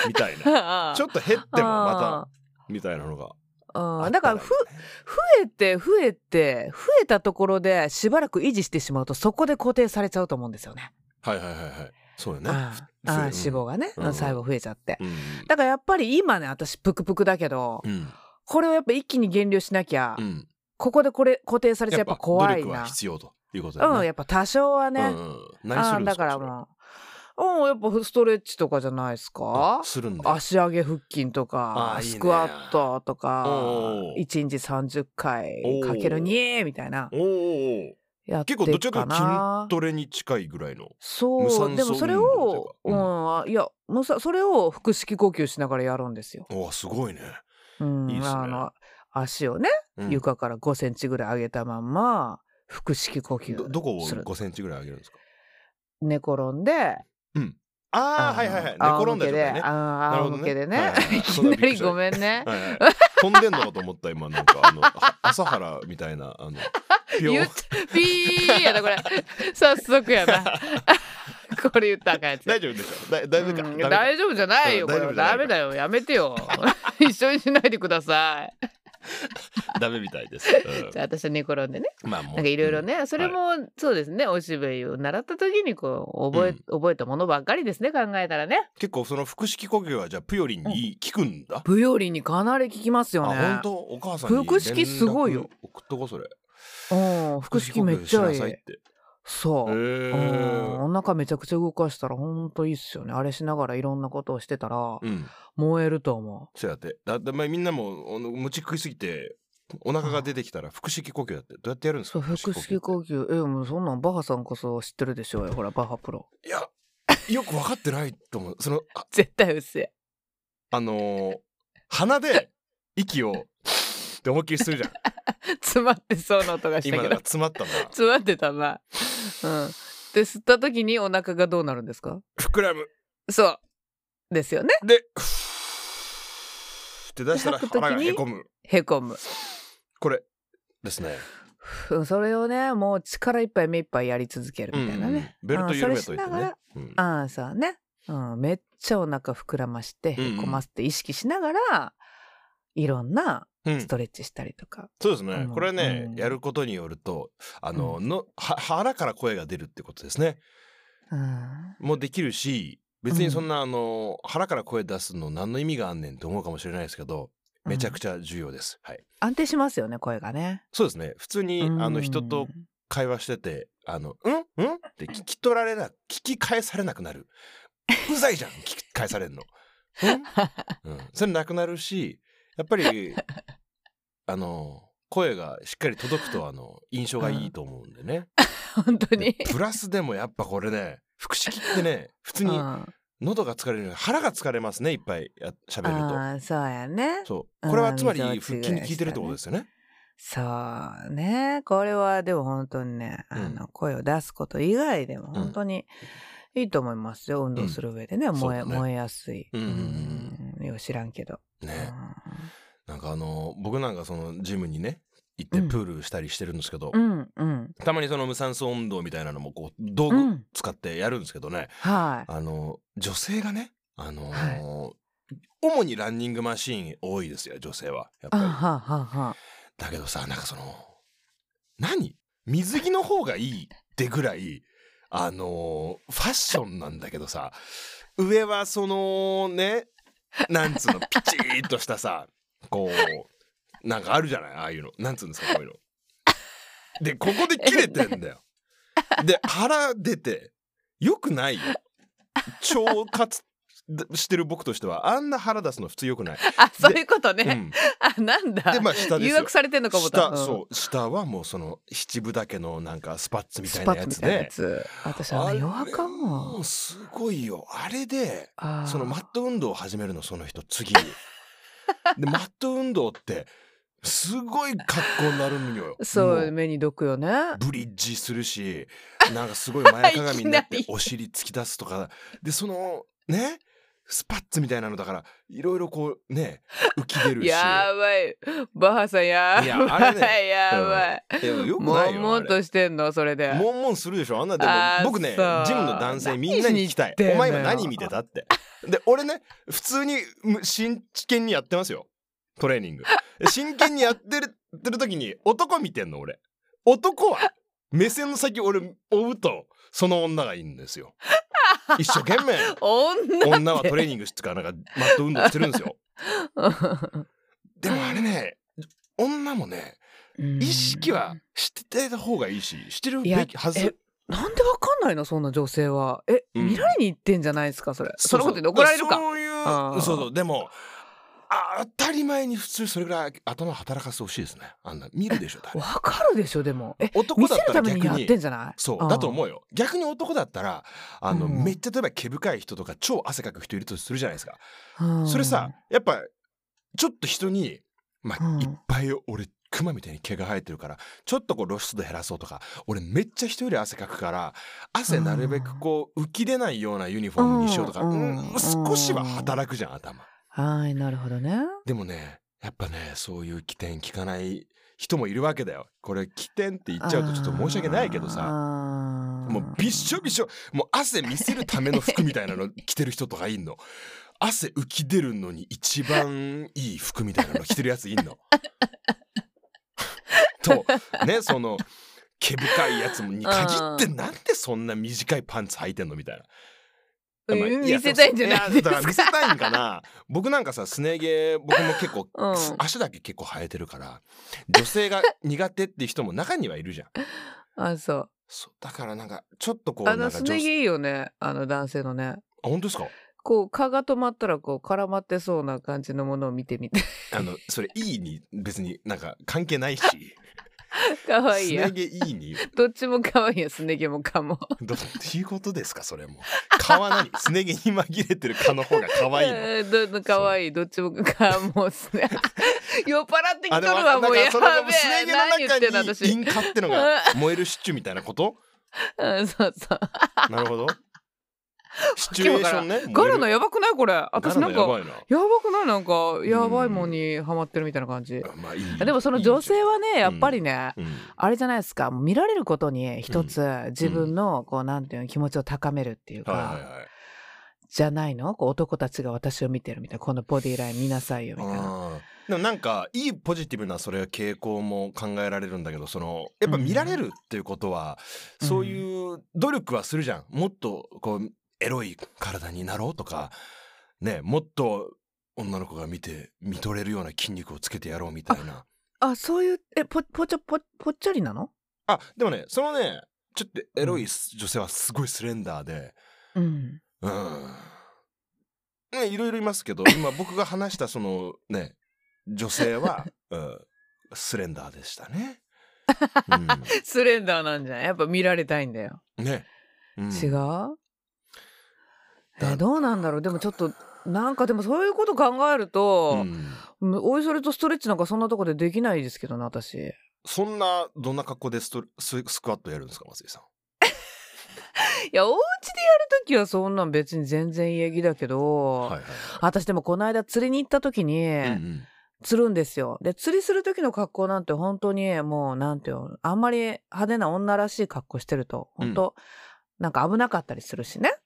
Speaker 1: みたい なち
Speaker 2: ち
Speaker 1: ょっと減ってもまたみたいなのが
Speaker 2: た。
Speaker 1: あ
Speaker 2: う
Speaker 1: っ
Speaker 2: ん、だ
Speaker 1: た
Speaker 2: から
Speaker 1: いい
Speaker 2: ら
Speaker 1: ね
Speaker 2: ふ増えて増えて増えたところでしばらく維持してしまうとそこで固定されちゃうと思うんですよね。
Speaker 1: はいはいはいはいそうよね
Speaker 2: ああああ
Speaker 1: ふ
Speaker 2: 脂肪がね、
Speaker 1: うん
Speaker 2: うん最後増えちゃって。
Speaker 1: うん
Speaker 2: だからやっぱり今ね私プクプクだけど
Speaker 1: うん
Speaker 2: これをやっぱ一気に減量しなきゃ、
Speaker 1: うん
Speaker 2: ここでこれ固定されちゃやっぱ怖
Speaker 1: 努
Speaker 2: い
Speaker 1: 力は
Speaker 2: な。
Speaker 1: 必要ということだよ
Speaker 2: うんやっぱ多少はね。
Speaker 1: うんうん何す
Speaker 2: あ
Speaker 1: るんで
Speaker 2: あだ
Speaker 1: すか
Speaker 2: から
Speaker 1: それ
Speaker 2: もううんやっぱストレッチとかじゃないですか
Speaker 1: あ。するんだよ
Speaker 2: 足上げ腹筋と
Speaker 1: あ
Speaker 2: か
Speaker 1: ーいいね
Speaker 2: スクワットとか
Speaker 1: おー
Speaker 2: 1日30回
Speaker 1: おー
Speaker 2: かける2みたいな
Speaker 1: おうおうおう
Speaker 2: やって
Speaker 1: 結構どっち
Speaker 2: る
Speaker 1: か
Speaker 2: か
Speaker 1: というと
Speaker 2: な
Speaker 1: 筋トレに近いぐらいの無酸
Speaker 2: そ
Speaker 1: 素
Speaker 2: うでもそれを、
Speaker 1: 運
Speaker 2: う
Speaker 1: 動
Speaker 2: ん、いや無酸それを腹式呼吸しながらやるんですよ。
Speaker 1: おすごいね、
Speaker 2: うん
Speaker 1: いいっすね
Speaker 2: あの足をね
Speaker 1: うん
Speaker 2: 床から5センチぐらい上げたまま腹式呼吸
Speaker 1: どどこを
Speaker 2: する
Speaker 1: 5センチぐらい上げるんですか
Speaker 2: 寝転んで
Speaker 1: ああ
Speaker 2: の
Speaker 1: はいはいはい寝
Speaker 2: 仰
Speaker 1: 転んだ
Speaker 2: 向け
Speaker 1: 状
Speaker 2: で
Speaker 1: 態ね
Speaker 2: あー
Speaker 1: なるほ
Speaker 2: 仰
Speaker 1: どね
Speaker 2: 向けで
Speaker 1: はい
Speaker 2: ね
Speaker 1: はいはい
Speaker 2: いき
Speaker 1: そんなび
Speaker 2: な
Speaker 1: っくり
Speaker 2: り
Speaker 1: した
Speaker 2: ごめん ね。
Speaker 1: はいはい飛んでんのかと思った今なんかあのあ朝原みたいな あのピョ
Speaker 2: 言
Speaker 1: ン
Speaker 2: っちゃピーやなこれ 早速やな これ言ったらあかんやつ
Speaker 1: 大丈夫でしょだ大丈夫か、
Speaker 2: うん
Speaker 1: ダメか
Speaker 2: 大丈夫じゃないよ
Speaker 1: うん
Speaker 2: これは
Speaker 1: 大丈夫じゃない
Speaker 2: ダメだよやめて よ一緒にしないでください
Speaker 1: ダメみたい です、
Speaker 2: じゃあ私は寝転んでね
Speaker 1: うんまあもう
Speaker 2: なんかいろいろねそれ
Speaker 1: は
Speaker 2: もそうですねお芝居を習った時にこう覚え覚えたものばっかりですね考えたらね
Speaker 1: 結構その腹式呼吸はじゃあプヨリンにいい効くんだ、
Speaker 2: ブヨリンにかなり効きますよね
Speaker 1: あ本当お母さんに
Speaker 2: 腹式すごいよ
Speaker 1: 連絡送っとこうそれ
Speaker 2: うん腹式めっちゃい
Speaker 1: 腹式呼吸しなさい
Speaker 2: い
Speaker 1: って
Speaker 2: そう、
Speaker 1: へー
Speaker 2: うんお腹めちゃくちゃ動かしたらほんといいっすよねあれしながらいろんなことをしてたら
Speaker 1: うん
Speaker 2: 燃えると思う
Speaker 1: そうやってだってまあみんなもおの餅食いすぎてお腹が出てきたら腹式呼吸だってどうやってやるんです
Speaker 2: そ
Speaker 1: か
Speaker 2: う腹式呼
Speaker 1: 吸
Speaker 2: 吸えもうそんなんバッハさんこそ知ってるでしょうよほらバッハプロ
Speaker 1: いやよく分かってないと思うそのあ
Speaker 2: 絶対うっせえ
Speaker 1: あのー鼻で息をって思いっきりする じゃん
Speaker 2: 詰まってそうな音がした
Speaker 1: 今
Speaker 2: け
Speaker 1: なんか
Speaker 2: ど
Speaker 1: 詰まったな
Speaker 2: 詰まってたなうんで吸った時にお腹がどうなるんですか
Speaker 1: 膨らむ
Speaker 2: そうですよね
Speaker 1: でふーって出したら
Speaker 2: 吐く時に
Speaker 1: 腹がへこむ
Speaker 2: へこむ
Speaker 1: これですね
Speaker 2: ふそれをねもう力いっぱい目いっぱいやり続けるみたいなね、
Speaker 1: うんベルト緩めとい
Speaker 2: あ
Speaker 1: て
Speaker 2: それしなが
Speaker 1: ね
Speaker 2: ら、
Speaker 1: うん
Speaker 2: ああそうね、うん、めっちゃお腹膨らまして
Speaker 1: うんうん
Speaker 2: へこませて意識しながらいろんな
Speaker 1: うん
Speaker 2: ストレッチしたりとか、
Speaker 1: そうですね、
Speaker 2: うん
Speaker 1: これね、
Speaker 2: うん
Speaker 1: やることによるとあの,、
Speaker 2: う
Speaker 1: のは腹から声が出るってことですね
Speaker 2: うん、
Speaker 1: もできるし別にそんな、あの腹から声出すの何の意味があんねんって思うかもしれないですけどめちゃく
Speaker 2: ちゃ、
Speaker 1: ちゃ重要です、はい
Speaker 2: 安定しますよね声がね
Speaker 1: そうですね普通に、あ
Speaker 2: う
Speaker 1: の
Speaker 2: ん
Speaker 1: 人と会話してて「 あのうんうん?」って聞き取られな聞き返されなくなるうざいじゃん聞き返されるの。んうん、それなくなるしやっぱりあの声がしっかり届くとあの印象がいいと思うんでね。
Speaker 2: 本当に
Speaker 1: で。プラスでもやっぱこれね腹式ってね普通
Speaker 2: うん、
Speaker 1: に
Speaker 2: あ
Speaker 1: 喉が疲れるより腹が疲れますねいっぱいや喋る
Speaker 2: あそうやね
Speaker 1: と。そう
Speaker 2: うん
Speaker 1: これはつまり
Speaker 2: 水
Speaker 1: 腹
Speaker 2: 落ちぐらい
Speaker 1: 筋に効いてるってことですよね。
Speaker 2: そうねこれはでも本当にね、
Speaker 1: うん
Speaker 2: あの声を出すこと以外でも本当にいいと思いますよ運動する上でね、
Speaker 1: そう
Speaker 2: 燃
Speaker 1: だ
Speaker 2: え
Speaker 1: ね
Speaker 2: 燃えやすい、
Speaker 1: うんうん
Speaker 2: うんよう知らんけど、
Speaker 1: ねなんかあの僕なんかそのジムにね行って
Speaker 2: うん
Speaker 1: プールしたりしてるんですけど、
Speaker 2: うんうんうん
Speaker 1: たまにその無酸素運動みたいなのもこう道
Speaker 2: う
Speaker 1: 具
Speaker 2: ん
Speaker 1: 使ってやるんですけどね、
Speaker 2: はい
Speaker 1: あの女性がねあのー
Speaker 2: は
Speaker 1: 主にランニングマシーン多いですよ女性はやっ
Speaker 2: あは
Speaker 1: ぱ
Speaker 2: あはあはあ
Speaker 1: りだけどさなんかその何水着の方がいいってぐらいあのーファッションなんだけどさ上はそのねなんつうのピチーっとしたさこうなんかあるじゃないああいうのなんつうんですかこういうのでここで切れてんだよで腹出てよくないよ腸活してる僕としてはあんな腹出すの普通よくない、
Speaker 2: あそういうこと
Speaker 1: う
Speaker 2: ね、
Speaker 1: ん、
Speaker 2: あなんだ
Speaker 1: でまあ下です
Speaker 2: 誘
Speaker 1: よ
Speaker 2: 惑されてんのかも
Speaker 1: 下そう下はもうその七分だけのなんかスパッツみた
Speaker 2: ス
Speaker 1: い
Speaker 2: パ
Speaker 1: なや
Speaker 2: ッツみ
Speaker 1: つ
Speaker 2: たいなや
Speaker 1: で
Speaker 2: つ私あ
Speaker 1: あ
Speaker 2: の
Speaker 1: れ
Speaker 2: 弱か
Speaker 1: も
Speaker 2: も
Speaker 1: うすごいよあれで
Speaker 2: あー
Speaker 1: そのマット運動を始めるのその人次にでマット運動ってすごい格好になるのよ
Speaker 2: そ
Speaker 1: も
Speaker 2: う目に毒よね
Speaker 1: ブリッジするしなんかすごい前かがみになっ
Speaker 2: い
Speaker 1: て
Speaker 2: きなり
Speaker 1: お尻突き出すとかでそのねスパッツみたいなのだからいろいろこうね浮き出るし
Speaker 2: やばいバッハさんやばい
Speaker 1: い
Speaker 2: や
Speaker 1: やあれね
Speaker 2: ばい、
Speaker 1: いやよく
Speaker 2: も
Speaker 1: ない
Speaker 2: ん
Speaker 1: よ
Speaker 2: も
Speaker 1: あ
Speaker 2: ん
Speaker 1: れ
Speaker 2: としてんのそれで
Speaker 1: もんもんするでしょあんなでも
Speaker 2: あー
Speaker 1: 僕ね
Speaker 2: そう
Speaker 1: ジムの男性みんなに聞きたい
Speaker 2: 何しに行ってんのよ
Speaker 1: お前今何見てたってで俺ね普通にむ真剣にやってますよトレーニング真剣にやってるってる時に男見てんの俺男は目線の先俺追うとその女がいいんですよ一生懸命
Speaker 2: 女
Speaker 1: 女はトレーニングしてかなんかマット運動してるんです よでもあれね女もね 意識はしてた方がいいししてる
Speaker 2: いや
Speaker 1: べきはず
Speaker 2: えなんでわかんないのそんな女性はえ、
Speaker 1: うん
Speaker 2: 未来に行ってんじゃないですかそれそ
Speaker 1: うん
Speaker 2: なこと言って怒られるか
Speaker 1: そういう
Speaker 2: あー
Speaker 1: そうそうでもあ当たり前に普通それぐらい頭働かせてほしいですねあんな見るでしょ誰
Speaker 2: わかるでしょでもえ
Speaker 1: 男
Speaker 2: 見
Speaker 1: だ
Speaker 2: せ
Speaker 1: っ
Speaker 2: る
Speaker 1: た
Speaker 2: た
Speaker 1: ら
Speaker 2: め
Speaker 1: 逆
Speaker 2: にやっ
Speaker 1: に
Speaker 2: てんじゃない
Speaker 1: そうだと
Speaker 2: う
Speaker 1: 思うよ逆に男だったらあの、
Speaker 2: うん
Speaker 1: めっちゃ例えば毛深い人とか超汗かく人いるとするじゃないですか、
Speaker 2: ん
Speaker 1: それさやっぱちょっと人にまあ、
Speaker 2: うん
Speaker 1: いっぱい俺クマみたいに毛が生えてるからちょっとこう露出度減らそうとか俺めっちゃ人より汗かくから汗なるべくこう浮き出ないようなユニフォームにしようとか、
Speaker 2: うん
Speaker 1: うん
Speaker 2: うん
Speaker 1: 少しは働くじゃん頭。
Speaker 2: はいなるほどね
Speaker 1: でもねやっぱねそういう起点聞かない人もいるわけだよこれ起点って言っちゃうとちょっと申し訳ないけどさ
Speaker 2: さ
Speaker 1: もうびっしょびしょもう汗見せるための服みたいなの着てる人とかいん の汗浮き出るのに一番いい服みたいなの着てるやついん のとねその毛深いやつに限ってなんでそんな短いパンツ履いてんのみたいなまあ
Speaker 2: うん
Speaker 1: や
Speaker 2: 見せたいんじゃないです
Speaker 1: やだから
Speaker 2: か
Speaker 1: 見せたいんかな僕なんかさすね毛僕も結構、
Speaker 2: うん
Speaker 1: 足だけ結構生えてるから女性が苦手っていう人も中にはいるじゃん
Speaker 2: あそう
Speaker 1: そうだからなんかちょっとこうな
Speaker 2: あ
Speaker 1: んか
Speaker 2: のすね
Speaker 1: 女性
Speaker 2: 毛いいよねあの男性のね
Speaker 1: あ本当ですか
Speaker 2: こう蚊が止まったらこう絡まってそうな感じのものを見てみて
Speaker 1: あのそれいいに別になんか関係ないし
Speaker 2: かわいい
Speaker 1: す
Speaker 2: や
Speaker 1: ね毛いいに
Speaker 2: どっちもかわいいやすね毛も蚊も
Speaker 1: どっていうことですかそれも蚊は 何すね毛に紛れてる蚊の方が可愛いの
Speaker 2: えー どどかわいいどっちもかもうすね 酔っ払ってきと
Speaker 1: あ
Speaker 2: る
Speaker 1: でもな
Speaker 2: わ
Speaker 1: んか
Speaker 2: もうやべ
Speaker 1: それがもうすね
Speaker 2: え何言ってん
Speaker 1: 毛の中
Speaker 2: の
Speaker 1: に
Speaker 2: 私
Speaker 1: インカっての が燃えるシチューみたいなこと
Speaker 2: うんそうそう
Speaker 1: なる ほど。シチュエーションね。
Speaker 2: ガラの
Speaker 1: や
Speaker 2: やばくないこれ私なんかやば
Speaker 1: ばいな。
Speaker 2: くないなんかやばいもんにハマってるみたいな感じ
Speaker 1: まあいい。
Speaker 2: でもその女性はねやっぱりね、
Speaker 1: いいんじ
Speaker 2: あれじゃないですかもう見られることに一つ自分のこうなんていうの気持ちを高めるっていう
Speaker 1: ゃ
Speaker 2: か、
Speaker 1: ない。うんはいはいはい。
Speaker 2: じゃないのこう男たちが私を見てるみたいなこのボディライン見なさいよみたいな。
Speaker 1: あーでもなんかいいポジティブなそれは傾向も考えられるんだけどそのやっぱ見られるっていうことは、
Speaker 2: うん
Speaker 1: そういう努力はするじゃんもっとこうエロい体になろうとかねもっと女の子が見て見とれるような筋肉をつけてやろうみたいな
Speaker 2: あそういうえぽぽちょぽぽっちゃりなの
Speaker 1: あでもねそのねちょっとエロい女性はすごいスレンダーで
Speaker 2: うん
Speaker 1: うんね、いろいろいます けど今僕が話したそのね女性 は、うん、スレンダーでしたね。
Speaker 2: スレンダーなんじゃないやっぱ見られたいんだよ。
Speaker 1: うん、ね、うん
Speaker 2: 違うえ
Speaker 1: だ
Speaker 2: どうなんだろうでもちょっとなんかでもそういうこと考えると、
Speaker 1: ん
Speaker 2: おいそれとストレッチなんかそんなとこでできないですけどな私
Speaker 1: そんなどんな格好でストススクワットやるんですか松井さん。
Speaker 2: いやお家でやるときはそんなん別に全然家着だけど、
Speaker 1: はいはい
Speaker 2: 私でもこの間釣りに行った時に、
Speaker 1: はいうんうん
Speaker 2: 釣るんですよで釣りする時の格好なんて本当にもうなんていうのあんまり派手な女らしい格好してると本当、なんか危なかったりするしね、う
Speaker 1: う
Speaker 2: ん
Speaker 1: ん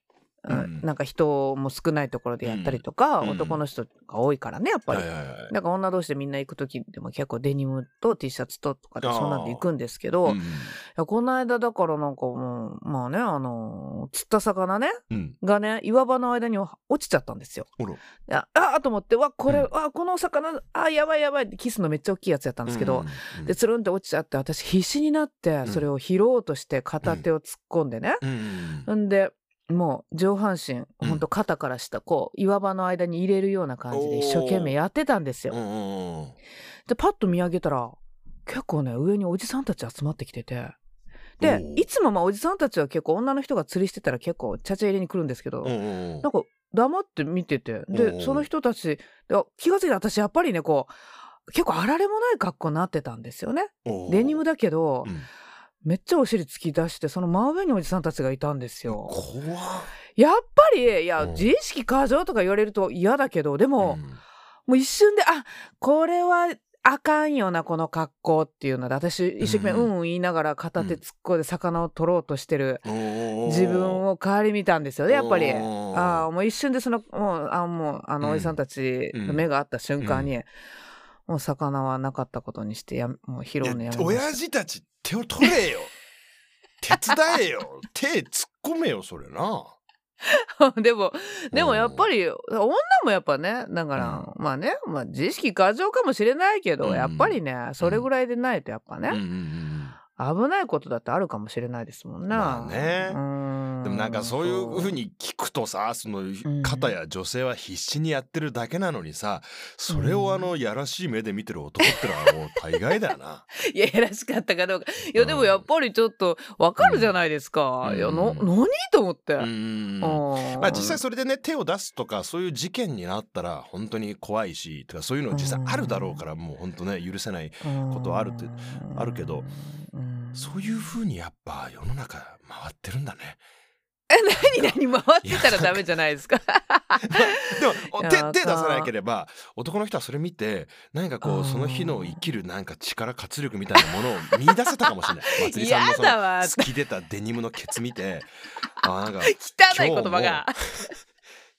Speaker 2: なんか人も少ないところでやったりとか、
Speaker 1: うん
Speaker 2: 男の人が多いからねやっぱり、
Speaker 1: はいはいはい
Speaker 2: だから女同士でみんな行く時でも結構デニムと T シャツととかでそんなんで行くんですけど、
Speaker 1: う
Speaker 2: い
Speaker 1: ん
Speaker 2: やこの間だからなんかもうまあねあの釣った魚ね
Speaker 1: うん
Speaker 2: がね岩場の間に落ちちゃったんですよ。
Speaker 1: おろ
Speaker 2: いやあーと思ってわこれ、
Speaker 1: うん
Speaker 2: わこのお魚あーやばいやばいってキスのめっちゃ大きいやつやったんですけ
Speaker 1: う
Speaker 2: ど、
Speaker 1: んうんうん
Speaker 2: でつるんって落ちちゃって私必死になって
Speaker 1: ん
Speaker 2: それを拾おうとして片手を突っ込んでね、
Speaker 1: うんうん
Speaker 2: ん、でもう上半身
Speaker 1: うん
Speaker 2: ほんと肩から下こう岩場の間に入れるような感じで一生懸命やってたんですよ。
Speaker 1: うんうんうん
Speaker 2: でパッと見上げたら結構ね上におじさんたち集まってきてて。で
Speaker 1: おー
Speaker 2: いつもまあおじさんたちは結構女の人が釣りしてたら結構ちゃちゃ入れに来るんですけど、
Speaker 1: うんうんうん
Speaker 2: なんか黙って見てて
Speaker 1: おうお
Speaker 2: で
Speaker 1: う
Speaker 2: その人たちであ気が付いたら私やっぱりねこう結構あられもない格好になってたんですよね
Speaker 1: おー
Speaker 2: デニムだけど、
Speaker 1: うん
Speaker 2: めっちゃお尻突き出してその真上におじさんたちがいたんですよ
Speaker 1: 怖っ
Speaker 2: やっぱりいや
Speaker 1: うん
Speaker 2: 自意識過剰とか言われると嫌だけどでも、
Speaker 1: うん
Speaker 2: もう一瞬であこれはあかんよなこの格好っていうので私一生懸命
Speaker 1: う
Speaker 2: うん
Speaker 1: うん
Speaker 2: んうん言いながら片手突っ込んで魚を取ろうとしてる
Speaker 1: おー
Speaker 2: 自分を顧みたんですよねやっぱり。
Speaker 1: おー
Speaker 2: ああもう一瞬でそのもうあもうあの
Speaker 1: うん
Speaker 2: おじさんたちの目が合った瞬間に、もう魚はなかったことにしてやめもう拾う
Speaker 1: い
Speaker 2: の
Speaker 1: や
Speaker 2: やめました
Speaker 1: 親父たち手を取 れよ手伝えよ手突っ込めよそれな
Speaker 2: でもでもやっぱり女もやっぱねだから、まあね、まあ、自意識過剰かもしれないけど、
Speaker 1: うん
Speaker 2: やっぱりねそれぐらいでないとやっぱね、
Speaker 1: うんうんうん
Speaker 2: 危ないことだってあるかもしれないですもんね。
Speaker 1: まあね
Speaker 2: うん
Speaker 1: でもなんかそういうふう
Speaker 2: に
Speaker 1: に聞くとさその
Speaker 2: ん
Speaker 1: 方や女性は必死にやってるだけなのにさそれ
Speaker 2: うん
Speaker 1: をあのやらしい目で見てる男ってのはもう大概だよ な。
Speaker 2: いやらしかったかどうかいやでもやっぱりちょっとわかるじゃないですか、
Speaker 1: うん
Speaker 2: いやな
Speaker 1: うん
Speaker 2: 何と思って。
Speaker 1: うんま
Speaker 2: ま
Speaker 1: あ実際それでね手を出すとかそういう事件になったら本当に怖いしとかそういうの実際あるだろうからもう本当ね許せないことはあるってあるけど
Speaker 2: うん
Speaker 1: そういうふうにやっぱ世の中回ってるんだね。
Speaker 2: 何々回ってたらダメじゃないですか
Speaker 1: でも
Speaker 2: いや
Speaker 1: 手
Speaker 2: わか
Speaker 1: 手出さなければ男の人はそれ見て何かこ
Speaker 2: うん
Speaker 1: うその日の生きるなんか力活力みたいなものを見出せたかもし れない。松井さんのその
Speaker 2: やだわ
Speaker 1: 突き出たデニムのケツ見てあなんか
Speaker 2: 汚い言葉が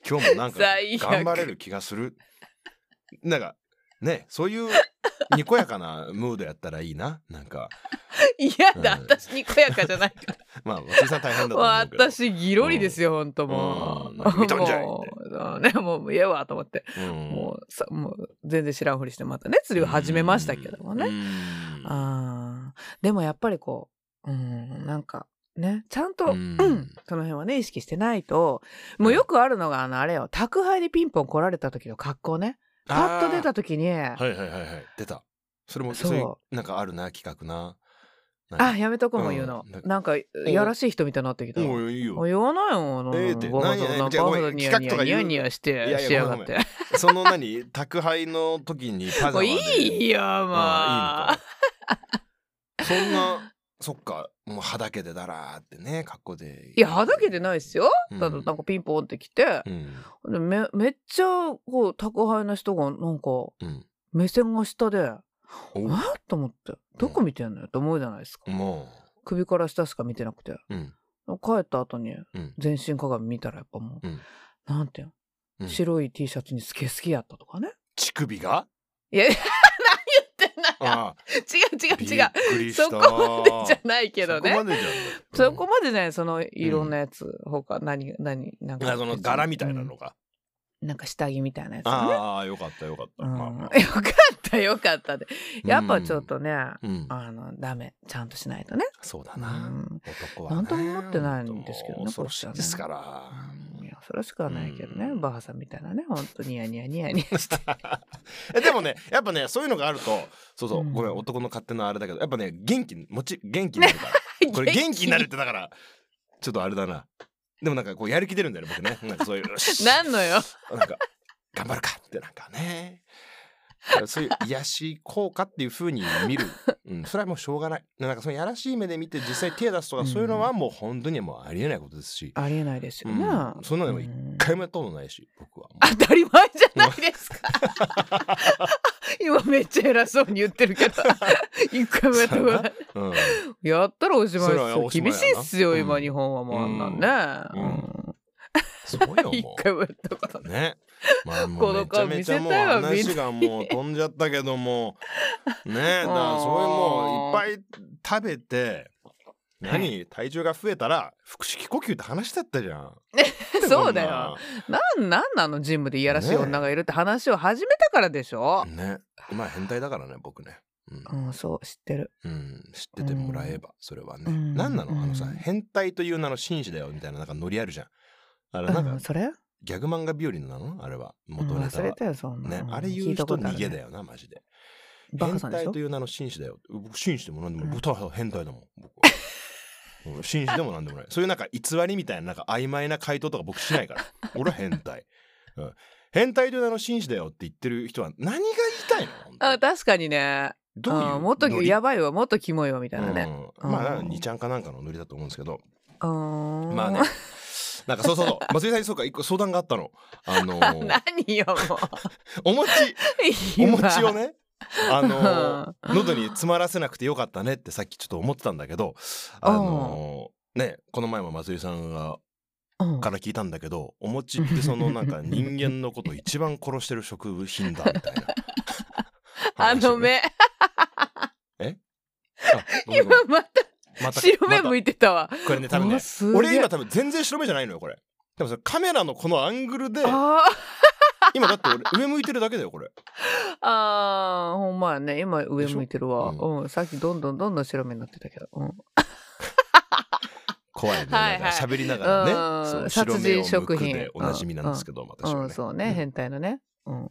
Speaker 1: 今日もなんか
Speaker 2: 最悪
Speaker 1: 頑張れる気がする。なんかねそういうにこやかなムードやったらいいななんか
Speaker 2: 嫌だ、
Speaker 1: うん
Speaker 2: 私にこやかじゃない か
Speaker 1: まあ松井さん大変だと
Speaker 2: ら
Speaker 1: 思うけど。
Speaker 2: 私ギロリですよ、本当も
Speaker 1: うん
Speaker 2: う、
Speaker 1: うん見とんじゃい
Speaker 2: もうねもう嫌わと思って、
Speaker 1: うん
Speaker 2: もうさもう全然知らんふりしてまたね釣りを始めましたけどもね、
Speaker 1: うん
Speaker 2: あーでもやっぱりこう、うん、なんかねちゃんと、
Speaker 1: うん
Speaker 2: うんその辺はね意識してないともうよくあるのがあのあれよ宅配でピンポン来られた時の格好ねパッと出た時にあ,、
Speaker 1: はいはいはいはい出たそれも
Speaker 2: そう
Speaker 1: そういうなんかあるな企画ななんか
Speaker 2: やめとこも言うの、
Speaker 1: うんだ
Speaker 2: なんかやらしい人みたいになってきた
Speaker 1: もういいよ
Speaker 2: 言わないもん
Speaker 1: ええって何やねん
Speaker 2: バ
Speaker 1: じゃあ
Speaker 2: カ
Speaker 1: ごめん
Speaker 2: だニヤニ
Speaker 1: 企画とか
Speaker 2: ヤニ
Speaker 1: 言う
Speaker 2: ヤニヤし
Speaker 1: い
Speaker 2: て
Speaker 1: やいや
Speaker 2: しやがっ
Speaker 1: ご
Speaker 2: て
Speaker 1: その何宅配の時にパジャ
Speaker 2: も
Speaker 1: マ
Speaker 2: う
Speaker 1: で
Speaker 2: いいよもう、
Speaker 1: ああいいのか そんなそっかもうはだけでだらーってね格好で
Speaker 2: いやはだけてないっすよ、
Speaker 1: うん
Speaker 2: だとなんかピンポンって来て
Speaker 1: う、ん
Speaker 2: でめめっちゃこう宅配の人がなんか
Speaker 1: う ん
Speaker 2: 目線が下でえ
Speaker 1: お
Speaker 2: と思ってどこ見てんのよって思うじゃないですか、
Speaker 1: も
Speaker 2: 首から下しか見てなくて
Speaker 1: ううん
Speaker 2: 帰った後に
Speaker 1: うん
Speaker 2: 全身鏡見たらやっぱもう、
Speaker 1: うん
Speaker 2: なんていうの、
Speaker 1: うん
Speaker 2: 白い T シャツにスケスケやったとかね
Speaker 1: 乳首が
Speaker 2: いや何言ってんだ
Speaker 1: あ
Speaker 2: 違う
Speaker 1: びっ
Speaker 2: 違う違う
Speaker 1: くりした
Speaker 2: そこまでじゃないけど
Speaker 1: そこ
Speaker 2: ね
Speaker 1: までじゃない
Speaker 2: そこまでじゃないそのいろんなやつ、他何何なん
Speaker 1: うんあ
Speaker 2: か
Speaker 1: その柄みたいなの
Speaker 2: う
Speaker 1: が
Speaker 2: んなんか下着みたいなやつね
Speaker 1: ああよかったよかった
Speaker 2: うん
Speaker 1: まあまあ
Speaker 2: よかったよかったでやっぱちょっとね、
Speaker 1: うん
Speaker 2: あのダメちゃんとしないとね
Speaker 1: そうだ
Speaker 2: う
Speaker 1: な、
Speaker 2: ん
Speaker 1: 男はね
Speaker 2: なんとも思ってないんですけど
Speaker 1: も
Speaker 2: ね
Speaker 1: う恐ろしいですから、
Speaker 2: うんいやそれしかないけどね、
Speaker 1: うん
Speaker 2: バッハさんみたいなね本当ニヤニヤニヤニヤして
Speaker 1: えでもねやっぱねそういうのがあるとそうそう、
Speaker 2: うん
Speaker 1: ごめん男の勝手なあれだけどやっぱね元気もち元気にな るから これ元気になるってだからちょっとあれだなでもなんかこうやる気出るんだよね僕ねなんかそういうよし
Speaker 2: なんのよ
Speaker 1: なんか頑張るかってなんかねそういう癒し効果っていう風に見 る、うん、それはもうしょうがないなんかそのやらしい目で見て実際手出すとかそういうのはもう本当にもうありえないことですし、
Speaker 2: ありえないですよ
Speaker 1: うん
Speaker 2: ね、
Speaker 1: そんなの一
Speaker 2: うん
Speaker 1: 一回もやったことないし僕はもう
Speaker 2: 当たり前じゃないですか 今めっちゃ偉そうに言ってるけど 一回もやったことない
Speaker 1: うん、
Speaker 2: やったらおしまいっ
Speaker 1: そ
Speaker 2: す
Speaker 1: れは
Speaker 2: よ
Speaker 1: おしまい
Speaker 2: 厳
Speaker 1: やな
Speaker 2: しいっすよ今、
Speaker 1: うん
Speaker 2: 日本はもうあんなんね、
Speaker 1: うん
Speaker 2: うん
Speaker 1: すごいよ
Speaker 2: 一
Speaker 1: もう。
Speaker 2: 回もやったことない
Speaker 1: ね。ま あ、もうめ
Speaker 2: この
Speaker 1: ちゃ
Speaker 2: 顔
Speaker 1: め
Speaker 2: 見
Speaker 1: ちゃ
Speaker 2: せ
Speaker 1: もう
Speaker 2: たいわ
Speaker 1: 話がもう飛んじゃったけども。ね、だからそういうもういっぱい食べて。何体重が増えたら腹式呼吸って話だったじゃん。
Speaker 2: そうだよなんなんなのジムでいやらしい女がいるって話を始めたからでしょ
Speaker 1: そ、んな。ね。まあ変態だからね僕ね。うん
Speaker 2: うん、そう知ってる
Speaker 1: うん、知っててもらえばそれはね、
Speaker 2: うん
Speaker 1: 何なのあのさ
Speaker 2: うん
Speaker 1: 変態という名の紳士だよみたいななんかノリあるじゃんあれ
Speaker 2: う
Speaker 1: なん
Speaker 2: ん、
Speaker 1: か
Speaker 2: それ
Speaker 1: ギャグ漫画日和なのあれは元
Speaker 2: うん
Speaker 1: ネタ
Speaker 2: 忘
Speaker 1: は
Speaker 2: れ、たよそんな
Speaker 1: ね
Speaker 2: の、
Speaker 1: あれ言う人逃げだ
Speaker 2: よ
Speaker 1: よなマジで
Speaker 2: バ
Speaker 1: 変
Speaker 2: カさんでし
Speaker 1: 態
Speaker 2: ょ
Speaker 1: という名の紳士だよ。僕紳士でも何でも、
Speaker 2: うん
Speaker 1: 僕は変態だもん。 僕はうん紳士でも何でもない。そういうなんか偽りみたいななんか曖昧な回答とか僕しないから。俺は変態。うん変態という名の紳士だよって言ってる人は何が言いたいの本当
Speaker 2: あ確かにね
Speaker 1: どういう
Speaker 2: うんもっと
Speaker 1: ノリ
Speaker 2: やばいわもっとキモいわみたいなね
Speaker 1: うんまあ
Speaker 2: うん
Speaker 1: 二ちゃんかなんかのノリだと思うんですけど、
Speaker 2: うーん
Speaker 1: まあねなんか そうそうそう松井さんにそうか一個相談があったのあのー
Speaker 2: 何よもう
Speaker 1: お餅 お
Speaker 2: 今
Speaker 1: 餅をねあのー
Speaker 2: うん
Speaker 1: 喉に詰まらせなくてよかったねってさっきちょっと思ってたんだけどあのーねこの前も松井さんが
Speaker 2: うん
Speaker 1: から聞いたんだけどお餅ってそのなんか人間のこと一番殺してる食品だみたいな
Speaker 2: あ
Speaker 1: 話
Speaker 2: の
Speaker 1: をね
Speaker 2: 目
Speaker 1: あ ごめんごめん
Speaker 2: 今また
Speaker 1: また
Speaker 2: 白目向いてたわ
Speaker 1: またこれね多分ね
Speaker 2: うわすげえ
Speaker 1: 俺今多分全然白目じゃないのよこれでもそれカメラのこのアングルで
Speaker 2: あ
Speaker 1: 今だって俺上向いてるだけだよこれ
Speaker 2: ーあーほんまやね今上向いてるわ
Speaker 1: でし
Speaker 2: うんさっきどんどんどんどん白目になってたけどうん
Speaker 1: 怖いね
Speaker 2: はい
Speaker 1: な
Speaker 2: は
Speaker 1: ん
Speaker 2: い
Speaker 1: か喋りながらね
Speaker 2: うん
Speaker 1: そう白目を向く
Speaker 2: 殺人食
Speaker 1: で
Speaker 2: 品
Speaker 1: おなじみなんですけど私
Speaker 2: う
Speaker 1: は
Speaker 2: ん
Speaker 1: ね
Speaker 2: そうね変態のねうん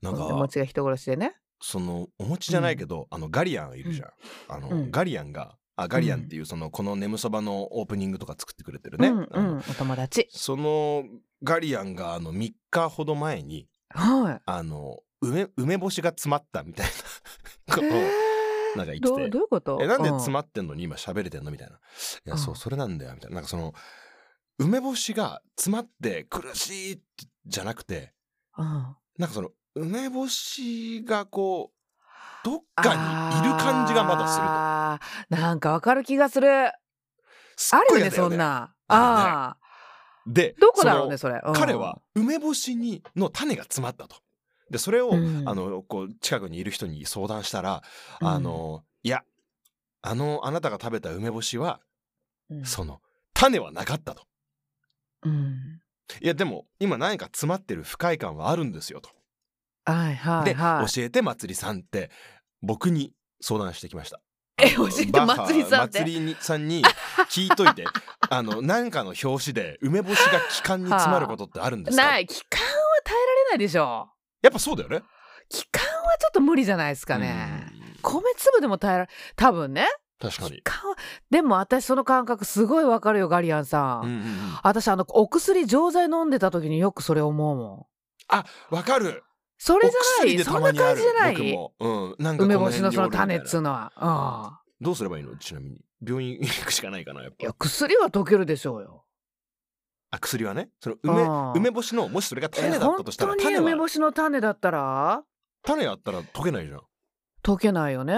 Speaker 1: なん
Speaker 2: お
Speaker 1: か
Speaker 2: 餅が人殺しでね
Speaker 1: そのお餅じゃないけど、あのガリアンいるじゃん、あの、
Speaker 2: うん
Speaker 1: ガリアンがあガリアンっていうそのこの「眠そば」のオープニングとか作ってくれてるね、
Speaker 2: うんう
Speaker 1: あの
Speaker 2: んお友達
Speaker 1: そのガリアンがあの3日ほど前に
Speaker 2: は
Speaker 1: あの梅梅干しが詰まったみたいなこ
Speaker 2: い
Speaker 1: とを
Speaker 2: え
Speaker 1: なんか言ってて
Speaker 2: ーどうどういうこと
Speaker 1: えなんで詰ま
Speaker 2: ま
Speaker 1: ってんのに今喋れてんのみたいな「いや
Speaker 2: うん
Speaker 1: そうそれなんだよ」みたいななんかその梅干しが詰まって苦しいじゃなくて
Speaker 2: うん
Speaker 1: なんかその梅干しがこうどっかにいる感じがまだすると。
Speaker 2: するなんかわかる気がする
Speaker 1: すっ
Speaker 2: ある
Speaker 1: ごい
Speaker 2: よ
Speaker 1: 嫌
Speaker 2: ね
Speaker 1: だよ
Speaker 2: そんな
Speaker 1: あ
Speaker 2: ああ
Speaker 1: で
Speaker 2: ーどこだろうね
Speaker 1: そ
Speaker 2: それう
Speaker 1: の
Speaker 2: ん
Speaker 1: 彼は梅干しにの種が詰まったと。でそれを、
Speaker 2: うん
Speaker 1: あのこう近くにいる人に相談したら「
Speaker 2: うん
Speaker 1: あのいやあのあなたが食べた梅干しは、
Speaker 2: うん
Speaker 1: その種はなかった」と。
Speaker 2: うん
Speaker 1: いやでも今何か詰まってる不快感はあるんですよと。
Speaker 2: はいはい
Speaker 1: で、
Speaker 2: はい
Speaker 1: 教えてまつりさんって僕に相談してきました。
Speaker 2: え教えて
Speaker 1: バッハ
Speaker 2: まつりさんって
Speaker 1: まつりにさんに聞いと いてあの何かの表紙で梅干しが気管に詰まることってあるんですか、
Speaker 2: ない期間は耐えられないでしょ
Speaker 1: やっぱそうだよね。
Speaker 2: 期間はちょっと無理じゃないですかね
Speaker 1: うん
Speaker 2: 米粒でも耐えられ多分ね
Speaker 1: 確かに。
Speaker 2: かわでも私その感覚すごいわかるよガリアンさん、
Speaker 1: うんうんうん
Speaker 2: 私あのお薬錠剤飲んでた時によくそれ思うもん
Speaker 1: わかる。
Speaker 2: それじゃ
Speaker 1: お
Speaker 2: な
Speaker 1: 薬
Speaker 2: い
Speaker 1: でた
Speaker 2: そん
Speaker 1: ま
Speaker 2: な
Speaker 1: にあ
Speaker 2: 感
Speaker 1: る
Speaker 2: じじゃな
Speaker 1: 僕
Speaker 2: い
Speaker 1: も、うん、なんかこ
Speaker 2: 梅
Speaker 1: の
Speaker 2: 干しのそ
Speaker 1: 辺に
Speaker 2: の種
Speaker 1: おる
Speaker 2: っ
Speaker 1: みたいな
Speaker 2: つうのは
Speaker 1: どうすればいいのちなみに病院行くしかないかなやっ
Speaker 2: うんいや
Speaker 1: ぱ。
Speaker 2: 薬は溶けるでしょうよ
Speaker 1: あ薬はねその
Speaker 2: う
Speaker 1: 梅
Speaker 2: ん
Speaker 1: 梅干しのもしそれが種だ
Speaker 2: え
Speaker 1: ったとしたら
Speaker 2: 本当に
Speaker 1: 種
Speaker 2: 梅
Speaker 1: は
Speaker 2: 干しの種だったら
Speaker 1: 種あったら溶けないじゃん。
Speaker 2: 溶けないよね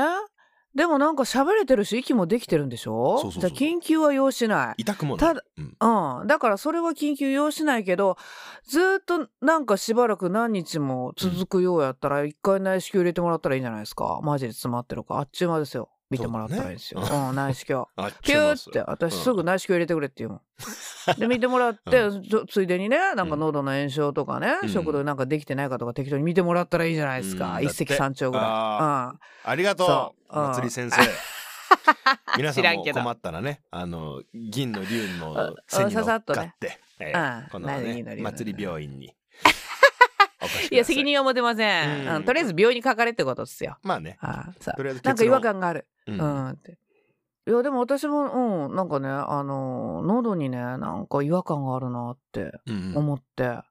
Speaker 2: でもなんか喋れてるし息もできてるんでしょ
Speaker 1: そうそうそう
Speaker 2: じゃあ緊急は要しない
Speaker 1: 痛くもない。
Speaker 2: ただ
Speaker 1: うん
Speaker 2: うん、だからそれは緊急要しないけどずーっとなんかしばらく何日も続くようやったら一回内視鏡入れてもらったらいいんじゃないですかマジで詰まってるかあっちゅう間ですよ見てもらったらいいですよ、
Speaker 1: そう
Speaker 2: う
Speaker 1: だ
Speaker 2: ん、内視鏡
Speaker 1: あ
Speaker 2: ピューって私すぐ内視鏡入れてくれって言うもんで見てもら って、つついでにねなんか喉の炎症とかね、
Speaker 1: うん
Speaker 2: 食道なんかできてないかとか適当に見てもらったらいいじゃないです
Speaker 1: う
Speaker 2: か、
Speaker 1: ん
Speaker 2: 一石三鳥ぐ
Speaker 1: だって
Speaker 2: らい、うん、
Speaker 1: ありがと
Speaker 2: そう ううん
Speaker 1: まつり先生皆さ
Speaker 2: 知
Speaker 1: ん
Speaker 2: らん
Speaker 1: も
Speaker 2: けど
Speaker 1: 困ったらねあの銀の竜の背に
Speaker 2: あさ
Speaker 1: 乗
Speaker 2: さ
Speaker 1: っ
Speaker 2: っと
Speaker 1: か
Speaker 2: ね
Speaker 1: って、ええ
Speaker 2: ああ
Speaker 1: この
Speaker 2: 何銀の
Speaker 1: ね
Speaker 2: 竜の
Speaker 1: 祭り病 院にお越しくださ
Speaker 2: いや責任は持てません、
Speaker 1: うん
Speaker 2: うんとりあえず病院にかかれってことですよ
Speaker 1: まあね
Speaker 2: ああさ
Speaker 1: とりあえず結論
Speaker 2: なんか違和感がある
Speaker 1: うん
Speaker 2: うんって。いやでも私もうんなんかねあの喉にねなんか違和感があるなって
Speaker 1: うんうん
Speaker 2: 思って、
Speaker 1: うん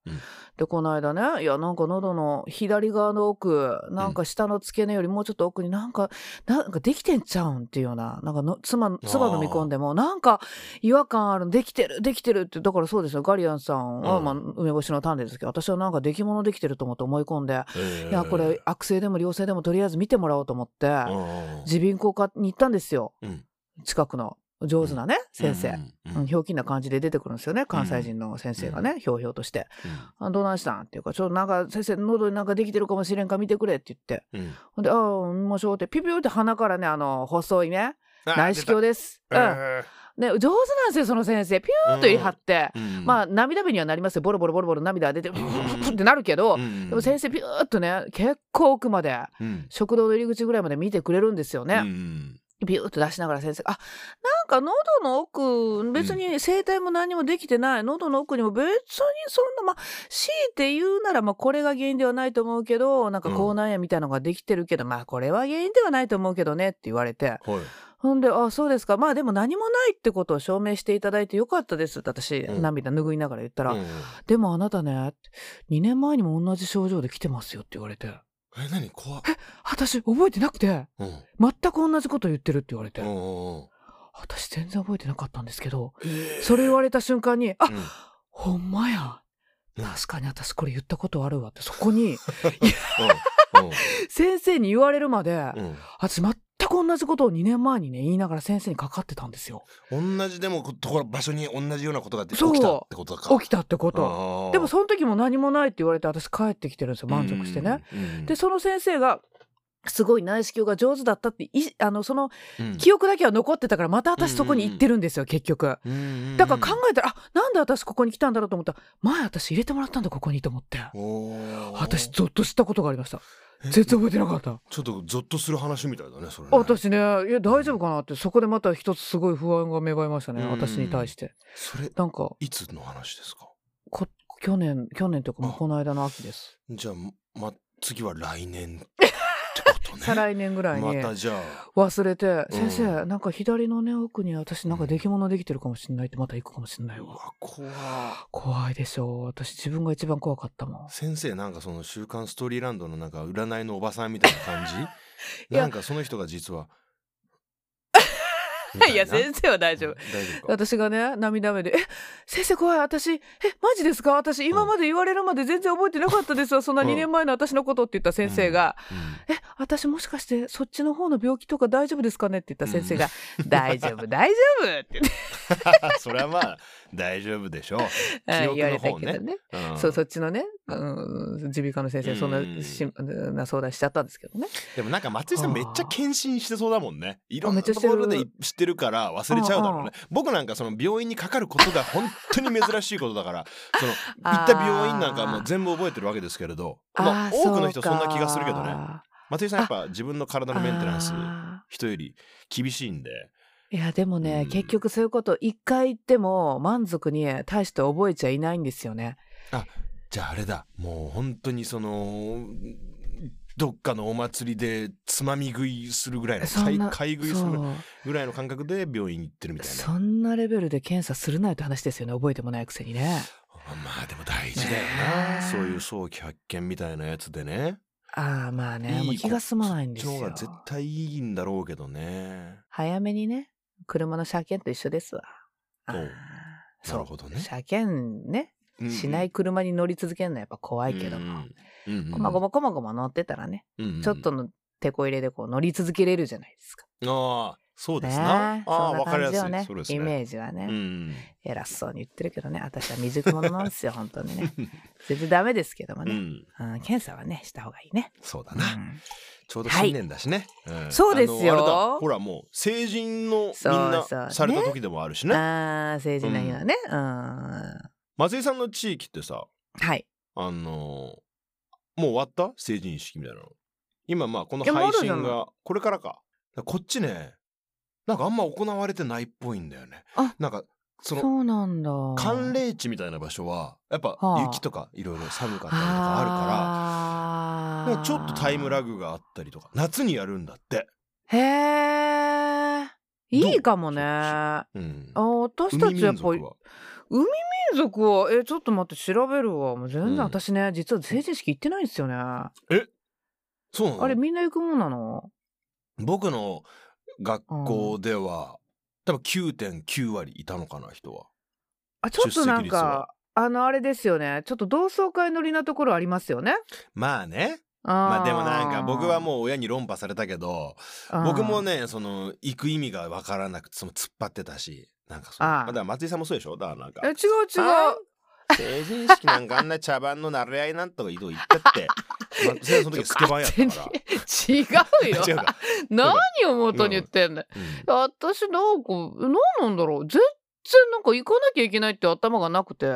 Speaker 2: でこの間ねいやなんか喉の左側の奥なんか下の付け根よりもうちょっと奥になんか、なんかできてんちゃうんっていうようななんかのつまつば飲み込んでもなんか違和感あるできてるできてるってだからそうですよガリアンさんは、
Speaker 1: うん
Speaker 2: まあ、梅干しの種ですけど私はなんか出来物できてると思って思い込んで、いやこれ悪性でも良性でもとりあえず見てもらおうと思って。
Speaker 1: うん
Speaker 2: 耳鼻咽喉科に行ったんですよ、
Speaker 1: うん
Speaker 2: 近くの上手なね、先生、
Speaker 1: うん
Speaker 2: う
Speaker 1: うんん
Speaker 2: ひょうきんな感じで出てくるんですよね関西人の先生がね、ひょうひょうとして「あどうなんしたん?」っていうか「ちょっとなんか先生喉になんかできてるかもしれんから見てくれ」って言って
Speaker 1: うんうん
Speaker 2: ほんで「ああ見ましょう」ってピュピュって鼻からねあの細いね
Speaker 1: あ
Speaker 2: 内視鏡です、
Speaker 1: 出た
Speaker 2: うん、ね上手なんですよその先生ピューっと言い張って、
Speaker 1: うんうん
Speaker 2: まあ涙目にはなりますよボロボロボロボロ涙が出てブーってなるけど、
Speaker 1: うん
Speaker 2: でも先生ピューっとね結構奥まで
Speaker 1: うん
Speaker 2: 食堂の入り口ぐらいまで見てくれるんですよね。
Speaker 1: うん
Speaker 2: ビューッと出しながら先生が「あなんか喉の奥別に声帯も何もできてない、喉の奥にも別にそんなまあ強いて言うならまあこれが原因ではないと思うけどなんか
Speaker 1: うん
Speaker 2: 口内炎みたいのができてるけど、まあこれは原因ではないと思うけどね」って言われて
Speaker 1: はい
Speaker 2: ほんで「あそうですかまあでも何もないってことを証明していただいてよかったです」って私、
Speaker 1: うん
Speaker 2: 涙拭いながら言ったら「
Speaker 1: うん
Speaker 2: でもあなたね2年前にも同じ症状で来てますよ」って言われて
Speaker 1: え何怖っ
Speaker 2: 私覚えてなくて
Speaker 1: うんうん
Speaker 2: 全く同じこと言ってるって言われて。
Speaker 1: うんうん
Speaker 2: 私全然覚えてなかったんですけど、
Speaker 1: へえ
Speaker 2: それ言われた瞬間に、あ、
Speaker 1: うん
Speaker 2: ほんまや。
Speaker 1: うん
Speaker 2: 確かに私これ言ったことあるわって、そこ に
Speaker 1: うん
Speaker 2: 先生に言われるまで、
Speaker 1: うんうん
Speaker 2: 私全く同じことを2年前にね、言いながら先生にかかってたんですよ。
Speaker 1: 同じでもこところ場所に同じようなことがで起
Speaker 2: そう
Speaker 1: きたってことか。
Speaker 2: 起きたってこと。
Speaker 1: と
Speaker 2: でもその時も何もないって言われて、私帰ってきてるんですよ、満足してね。。で、その先生が、すごい内視鏡が上手だったっていあのその記憶だけは残ってたからまた私そこに行ってるんですよ、結局。
Speaker 1: 憶
Speaker 2: だから考えたら、あなんで私ここに来たんだろうと思ったら前私入れてもらったんだここにと思って私
Speaker 1: ち
Speaker 2: ゾッとしたことがありました
Speaker 1: え
Speaker 2: 全然覚えてなかった、
Speaker 1: ょっとゾッとする話みたいだねそれね。
Speaker 2: 私ねいや大丈夫かなってそこでまた一つすごい不安が芽生えましたね、
Speaker 1: うん
Speaker 2: 私に対して
Speaker 1: それ
Speaker 2: なんか
Speaker 1: いつの話ですか。
Speaker 2: こ去年去年というかもう
Speaker 1: あ
Speaker 2: この間の秋です、
Speaker 1: じゃあま次は来年ってことね。
Speaker 2: 再来年ぐらい
Speaker 1: ま
Speaker 2: に
Speaker 1: たじゃあ
Speaker 2: 忘れて「
Speaker 1: うん
Speaker 2: 先生なんか左のね奥に私なんか出来物できてるかもしんない」ってまた行くかもしんないうわ
Speaker 1: わ怖っ。
Speaker 2: 怖いでしょう私自分が一番怖かったもん
Speaker 1: 先生なんかその週刊ストーリーランドのなんか占いのおばさんみたいな 感じ。
Speaker 2: や
Speaker 1: なんかその人が実 は。
Speaker 2: 生は大
Speaker 1: 大大丈夫か。
Speaker 2: 私がね涙目で「え先生怖い私えマジですか私今まで言われるまで全然覚えてなかったですわそんな
Speaker 1: うん
Speaker 2: 2年前の私のこと」って言った先生が
Speaker 1: うん
Speaker 2: 「え私もしかしてそっちの方の病気とか大丈夫ですかね?」って言った先生が「 大丈夫大丈夫」って言っ て
Speaker 1: それはまあ大丈夫でしょう。 記憶
Speaker 2: 言わ
Speaker 1: の
Speaker 2: れた
Speaker 1: 方
Speaker 2: けど
Speaker 1: ね。
Speaker 2: ね
Speaker 1: うん
Speaker 2: そうそっちのねうん耳鼻科の先生そんなしな相談しちゃったんですけどね
Speaker 1: でもなんか松井さん
Speaker 2: はあ
Speaker 1: めっちゃ献身してそうだもんね。いろんな
Speaker 2: めっちゃ
Speaker 1: と
Speaker 2: して
Speaker 1: こ
Speaker 2: る
Speaker 1: ろで知ってるから忘れちゃうだろうね。僕なんかその病院にかかることが本当に珍しいことだ から、その行った病院なんかもう全部覚えてるわけですけれど、まあ
Speaker 2: あー
Speaker 1: 多くの人そんな気がするけど
Speaker 2: そう
Speaker 1: ね。
Speaker 2: か
Speaker 1: 松井さんやっぱ自分の体のメンテナンス
Speaker 2: あー
Speaker 1: 人より厳しいんで。
Speaker 2: いやでもね、
Speaker 1: うん
Speaker 2: 結局そういうこと一回言っても満足に大して覚えちゃいないんですよね。
Speaker 1: じゃああれだもう本当にそのどっかのお祭りでつまみ食いするぐらいの
Speaker 2: そん
Speaker 1: 買い
Speaker 2: な
Speaker 1: 買い食いす る
Speaker 2: そ
Speaker 1: ぐらいの感覚で病院行ってるみ
Speaker 2: う
Speaker 1: たいな。
Speaker 2: そんなレベルで検査するなよって話ですよね覚えてもないくせにね。
Speaker 1: まあでも大事だよ
Speaker 2: ね
Speaker 1: な
Speaker 2: え
Speaker 1: そういう早期発見みたいなやつでね
Speaker 2: ああまあねもう
Speaker 1: いいこ
Speaker 2: 気が済まないんです
Speaker 1: そっ
Speaker 2: よ
Speaker 1: ちの方が絶対いいんだろうけどね
Speaker 2: 早めにね車の車検と一緒ですわ。あー
Speaker 1: おうなるほどね
Speaker 2: 車検ねしない車に乗り続けるのはやっぱ怖いけども、こまごまこまごま乗ってたらね、ちょっとの手こ入れでこう乗り続けれるじゃないですか。
Speaker 1: ああそうです
Speaker 2: ね
Speaker 1: な
Speaker 2: えそ
Speaker 1: ああ
Speaker 2: んな
Speaker 1: 分かり
Speaker 2: 感
Speaker 1: や
Speaker 2: じよ
Speaker 1: す
Speaker 2: ね
Speaker 1: いそうですね
Speaker 2: イメージはね。
Speaker 1: うん
Speaker 2: 偉そうに言ってるけどね私は未熟者なんですよ本 当にね全然ダメですけども
Speaker 1: う
Speaker 2: ね、
Speaker 1: ん
Speaker 2: うん検査はねした方がいいね、
Speaker 1: そうだ
Speaker 2: う
Speaker 1: なんちょうど新年だしねん
Speaker 2: そうですよ
Speaker 1: あのあれだほらもう成人のみん
Speaker 2: そうそうね
Speaker 1: なされた時でもあるしね
Speaker 2: あー成人の日はねうん
Speaker 1: 松井さんの地域ってさ
Speaker 2: はい
Speaker 1: あのーもう終わった成人式みたいなの今まあこの
Speaker 2: いやまだ
Speaker 1: 配
Speaker 2: じゃ
Speaker 1: 信
Speaker 2: ない
Speaker 1: がこれからかだからこっちねなんかあんま行われてないっぽいんだよね
Speaker 2: あ
Speaker 1: なんかそ
Speaker 2: そ
Speaker 1: の
Speaker 2: うなんだ
Speaker 1: 寒冷地みたいな場所はやっぱ
Speaker 2: はあ
Speaker 1: 雪とかいろいろ寒かったりとかある
Speaker 2: あ
Speaker 1: から
Speaker 2: ー
Speaker 1: なんかちょっとタイムラグがあったりとか夏にやるんだって、
Speaker 2: へえいいかも
Speaker 1: ど
Speaker 2: ね
Speaker 1: う
Speaker 2: あ
Speaker 1: うん、
Speaker 2: 私た
Speaker 1: 海
Speaker 2: ち
Speaker 1: 民
Speaker 2: やっぱ
Speaker 1: 族
Speaker 2: り
Speaker 1: は
Speaker 2: 民族はえちょっと待って調べるわもう全然、
Speaker 1: うん
Speaker 2: 私ね実は成人式行ってないんですよねあ
Speaker 1: そうなの
Speaker 2: れみんな行くもんなの
Speaker 1: 僕の学校では、多分9.9割いたのかな人は
Speaker 2: あちょっとな
Speaker 1: 出席
Speaker 2: ん
Speaker 1: 率は
Speaker 2: かあのあれですよねちょっと同窓会乗りなところありますよね
Speaker 1: まあね
Speaker 2: あ
Speaker 1: まあでもなんか僕は
Speaker 2: う
Speaker 1: もう親に論破されたけど僕もねその行く意味が分からなくてその突っ張ってたしなんかその
Speaker 2: あー
Speaker 1: まあだから松井さんもそうでしょだからなんか
Speaker 2: え違う違う
Speaker 1: あ成人式なんかあんな茶番のなれ合いなんとか移動行ったって 松井さんその時スケバンやったか
Speaker 2: 違うよ
Speaker 1: ら 違うか、
Speaker 2: 何を元に言ってんだよ
Speaker 1: うん
Speaker 2: 私なんか何なんだろう全然なんか行かなきゃいけないって頭がなくて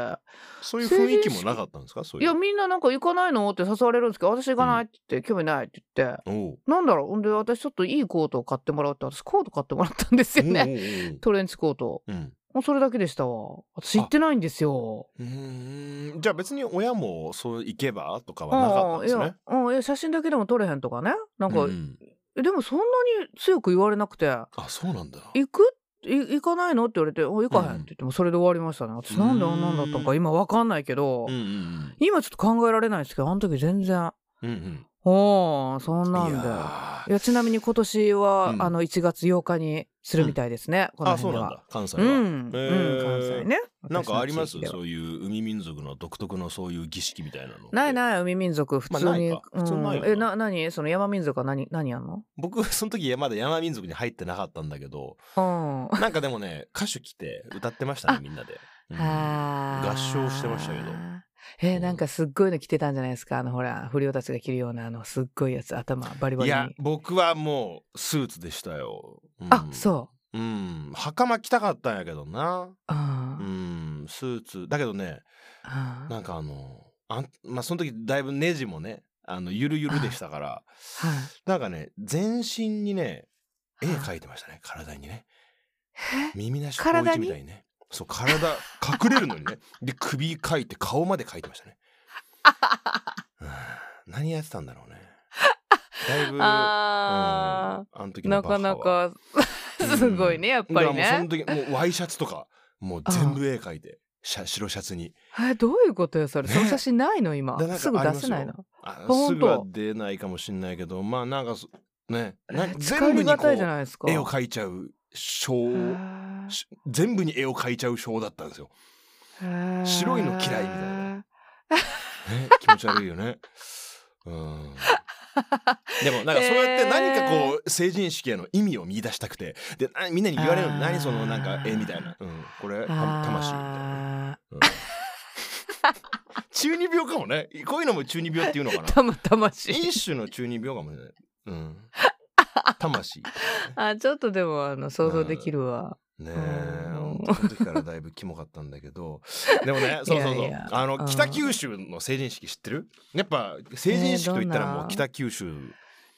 Speaker 1: そういう雰囲気もなかったんですかそう
Speaker 2: い
Speaker 1: い
Speaker 2: や
Speaker 1: う
Speaker 2: みんななんか行かないのって誘われるんですけど私行かないって言って、興味ないって言って
Speaker 1: おう
Speaker 2: なんだろうほんで私ちょっといいコートを買ってもらうって私コート買ってもらったんですよね、トレンチコート
Speaker 1: おうおうおううん
Speaker 2: もうそれだけでしたわ私行ってないんですよ
Speaker 1: うーんじゃあ別に親もそう行けばとかはなかった
Speaker 2: あ
Speaker 1: ん
Speaker 2: あ
Speaker 1: で
Speaker 2: い
Speaker 1: すね
Speaker 2: や、うん、いや写真だけでも撮れへんとかねなんか、
Speaker 1: うん
Speaker 2: えでもそんなに強く言われなくて
Speaker 1: あそうなんだ
Speaker 2: 行くい行かないのって言われて「あ行かへん」って言ってもうそれで終わりましたね私なんであんなんだったのか今わかんないけど、
Speaker 1: うんうん
Speaker 2: 今ちょっと考えられないですけどあの時全然
Speaker 1: うんうん
Speaker 2: おーそん
Speaker 1: うん
Speaker 2: なん
Speaker 1: いや
Speaker 2: だ
Speaker 1: ー
Speaker 2: いやちなみに今年は、
Speaker 1: うん
Speaker 2: あの1月8日にするみたいですね、この
Speaker 1: あそう
Speaker 2: 辺
Speaker 1: な
Speaker 2: で
Speaker 1: ん
Speaker 2: は
Speaker 1: だ関西は、
Speaker 2: うん、
Speaker 1: へ
Speaker 2: う
Speaker 1: ー
Speaker 2: ん、関西ね
Speaker 1: なんかあります
Speaker 2: 私の地域では
Speaker 1: そういう海民族の独特のそういう儀式みたいなのって
Speaker 2: ないない海民族普通
Speaker 1: まあない
Speaker 2: に、
Speaker 1: か普通ないよなん
Speaker 2: う、えな何その山民族は何何やんの
Speaker 1: 僕その時まだ山民族に入ってなかったんだけど
Speaker 2: うんは
Speaker 1: なんかでもね歌手来て歌ってましたねみんなで、うん
Speaker 2: あ
Speaker 1: 合唱してましたけど
Speaker 2: え
Speaker 1: うん
Speaker 2: なんかすっごいの着てたんじゃないですかあのほら不良たちが着るようなあのすっごいやつ頭バリバ
Speaker 1: い
Speaker 2: リに
Speaker 1: や僕はもうスーツでしたよ、うん
Speaker 2: あそう
Speaker 1: うん袴着たかったんやけどな
Speaker 2: う、うん
Speaker 1: うんスーツだけどね
Speaker 2: うん
Speaker 1: なんかあのあんまあその時だいぶネジもねあのゆるゆるでしたから
Speaker 2: はい
Speaker 1: なんかね全身にね絵
Speaker 2: はい
Speaker 1: 描いてましたね体にね
Speaker 2: え
Speaker 1: 耳なし光
Speaker 2: 体
Speaker 1: 一み
Speaker 2: に
Speaker 1: たいにねそう体隠れるの にねで首描いて顔まで描いてましたねうん何やってたんだろうねだいぶ
Speaker 2: あ
Speaker 1: うん、あの時
Speaker 2: ー
Speaker 1: の
Speaker 2: な
Speaker 1: バ
Speaker 2: か
Speaker 1: ッハ
Speaker 2: な
Speaker 1: は
Speaker 2: か すごいねやっぱ
Speaker 1: だ
Speaker 2: り
Speaker 1: からも
Speaker 2: ね
Speaker 1: う。その時もうワイシャツとかもう全部絵描いてしゃ白シャツに
Speaker 2: えどういうことよそれ
Speaker 1: ね
Speaker 2: その写真ないの今
Speaker 1: だからなんか
Speaker 2: すぐ出せないの。
Speaker 1: あ
Speaker 2: ほん
Speaker 1: す
Speaker 2: と
Speaker 1: ぐは出ないかもしれないけどまあなんかそねな
Speaker 2: 使
Speaker 1: 全部
Speaker 2: い
Speaker 1: に
Speaker 2: が
Speaker 1: こ
Speaker 2: たいじゃ
Speaker 1: う
Speaker 2: ないですか。
Speaker 1: 絵を描いちゃう
Speaker 2: へ
Speaker 1: 賞
Speaker 2: ー
Speaker 1: し全部に絵を描いちゃう賞だったんですよ。白いの嫌いみたいな。ね、気持ち悪いよね。 うん。でもなんかそうやって何かこう成人式への意味を見出したくてでなみんなに言われるの
Speaker 2: あー
Speaker 1: 何そのなんか絵みたいな、うん、これた魂みたいな、
Speaker 2: な。
Speaker 1: うん、中二病かもねこういうのも中二病っていうのかな
Speaker 2: たま魂。
Speaker 1: 一種の中二病かもね、 うん、魂
Speaker 2: あちょっとでもあの想像できるわ。
Speaker 1: ねえ
Speaker 2: うん
Speaker 1: ほんとその時からだいぶキモかったんだけどでも ねそうそうそう
Speaker 2: いやいや
Speaker 1: あ
Speaker 2: う
Speaker 1: の
Speaker 2: ん
Speaker 1: 北九州の成人式知ってるやっぱ成人式といったら
Speaker 2: えーどんな
Speaker 1: もう北九州、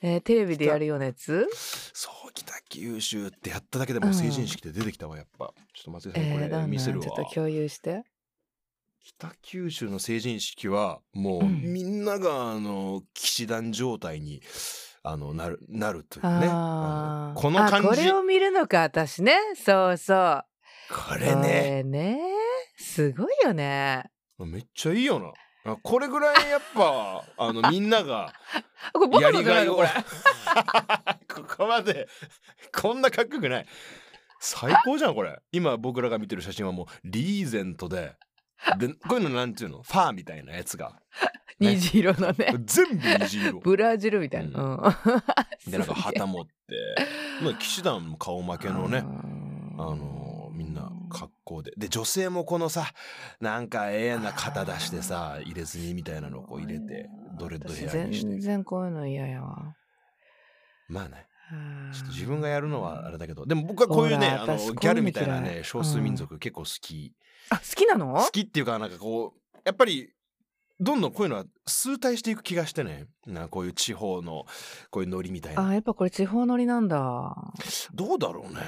Speaker 2: えーテレビでやるようなやつ？
Speaker 1: そう北九州ってやっただけでもう成人式って出てきたわやっぱちょっと松井さんにこ
Speaker 2: えー、どん
Speaker 1: れ
Speaker 2: な
Speaker 1: 見せるわ
Speaker 2: ちょ、っと共有して。
Speaker 1: 北九州の成人式はもう
Speaker 2: うん
Speaker 1: みんながあの騎士団状態にあのなるなるというねあ
Speaker 2: あ
Speaker 1: の
Speaker 2: ー
Speaker 1: この感
Speaker 2: あこ
Speaker 1: じ
Speaker 2: れを見るのか私ね。そうそう。
Speaker 1: こ
Speaker 2: こ
Speaker 1: れね
Speaker 2: れねすごいよね
Speaker 1: めっちゃいいよなあこれぐらいやっぱあのみんなが
Speaker 2: これ僕
Speaker 1: や
Speaker 2: の
Speaker 1: り
Speaker 2: じゃ
Speaker 1: が
Speaker 2: ない
Speaker 1: い
Speaker 2: の
Speaker 1: を
Speaker 2: これ
Speaker 1: ここまでこんなかっこよくない最高じゃんこれ今僕らが見てる写真はもうリーゼントででこういうのなんていうのファーみたいなやつがね
Speaker 2: 虹色のね
Speaker 1: 全部虹色
Speaker 2: ブラジルみたいな、
Speaker 1: う
Speaker 2: うん
Speaker 1: でなんか旗持って、まあ、騎士団も顔負けのねあのみんな格好でで女性もこのさなんかええな肩出してさ入れ墨みたいなのをこう入れてドレッドヘアにし
Speaker 2: 私全
Speaker 1: て
Speaker 2: 然こういうの嫌やわ
Speaker 1: まあね
Speaker 2: うん
Speaker 1: ちょっと自分がやるのはあれだけどでも僕はこういうね
Speaker 2: ほら
Speaker 1: あの
Speaker 2: 私
Speaker 1: ギ
Speaker 2: こういうの
Speaker 1: ャルみたいな
Speaker 2: 嫌
Speaker 1: ね
Speaker 2: い
Speaker 1: 少数民族結構好き、
Speaker 2: あ好きなの
Speaker 1: 好きっていうかなんかこうやっぱりどんどんこういうのは衰退していく気がしてねなんかこういう地方のこういうノリみたい
Speaker 2: あ
Speaker 1: な
Speaker 2: ーやっぱこれ地方乗りなんだ
Speaker 1: どうだろうね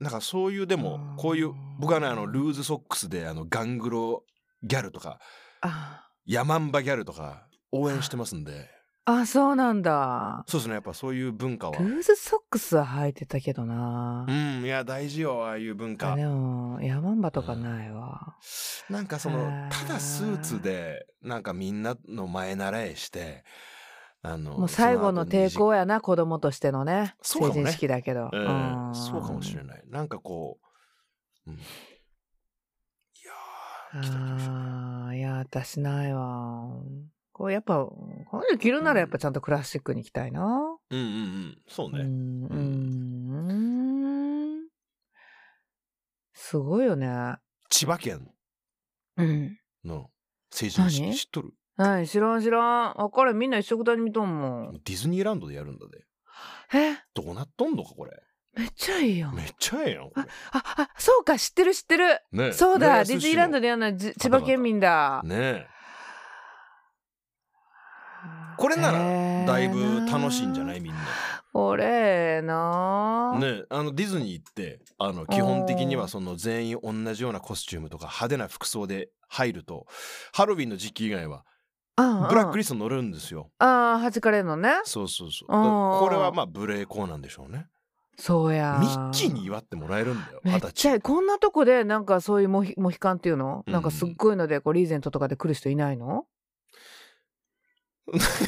Speaker 1: なんかそういうでもこういう
Speaker 2: うん
Speaker 1: 僕はねあのルーズソックスであのガングロギャルとか
Speaker 2: あ
Speaker 1: ヤマンバギャルとか応援してますんで
Speaker 2: あそうなんだ
Speaker 1: そうですねやっぱそういう文化は
Speaker 2: ルーズソックスは履いてたけどな
Speaker 1: うんいや大事よああいう文化
Speaker 2: あでもヤマンバとかないわ、
Speaker 1: なんかその
Speaker 2: あー
Speaker 1: ただスーツでなんかみんなの前習いしてあの
Speaker 2: もう最後の抵抗
Speaker 1: や、
Speaker 2: やな子供としてのね
Speaker 1: そうかもね
Speaker 2: 成人式だけど、
Speaker 1: ええ
Speaker 2: ん
Speaker 1: そうかもしれないなんかこう、うん、いやー来た来ました
Speaker 2: あーいや私ないわこうやっぱこういうの着るならやっぱちゃんとクラシックに行きたいな、
Speaker 1: うんうんうんそう
Speaker 2: う
Speaker 1: ね、
Speaker 2: ん
Speaker 1: う
Speaker 2: うんすごいよね
Speaker 1: 千葉県
Speaker 2: うん
Speaker 1: の成人式
Speaker 2: 何
Speaker 1: 知っとる
Speaker 2: はい知らん知らんあこれみんな一色だに見とんもん
Speaker 1: ディズニーランドでやるんだで
Speaker 2: え
Speaker 1: どうなっとんのかこれ
Speaker 2: めっちゃいいやん
Speaker 1: めっちゃええやんこれ
Speaker 2: ああそうか知ってる知ってる
Speaker 1: ねえ
Speaker 2: そうだ、
Speaker 1: 浦安市の
Speaker 2: ディズニーランドでやるのはじ千葉県民だ。
Speaker 1: ねえこれならだいぶ楽しいんじゃないみんな
Speaker 2: 俺なあ、
Speaker 1: ねあのディズニー行ってあの基本的にはその全員同じようなコスチュームとか派手な服装で入るとハロウィンの時期以外は
Speaker 2: うんうん
Speaker 1: ブラックリスト乗るんですよ。
Speaker 2: ああ、弾かれるのね。
Speaker 1: そうそうそう。
Speaker 2: うん
Speaker 1: だこれはまあ無礼講なんでしょうね。
Speaker 2: そうや。
Speaker 1: ミッキーに祝ってもらえるんだよ。
Speaker 2: め
Speaker 1: 二
Speaker 2: っ
Speaker 1: 十
Speaker 2: ちゃ
Speaker 1: 歳
Speaker 2: いい。こんなとこで、なんかそういうモヒモヒカンっていうの、
Speaker 1: うん
Speaker 2: なんかすっごいので、こう、リーゼントとかで来る人いないの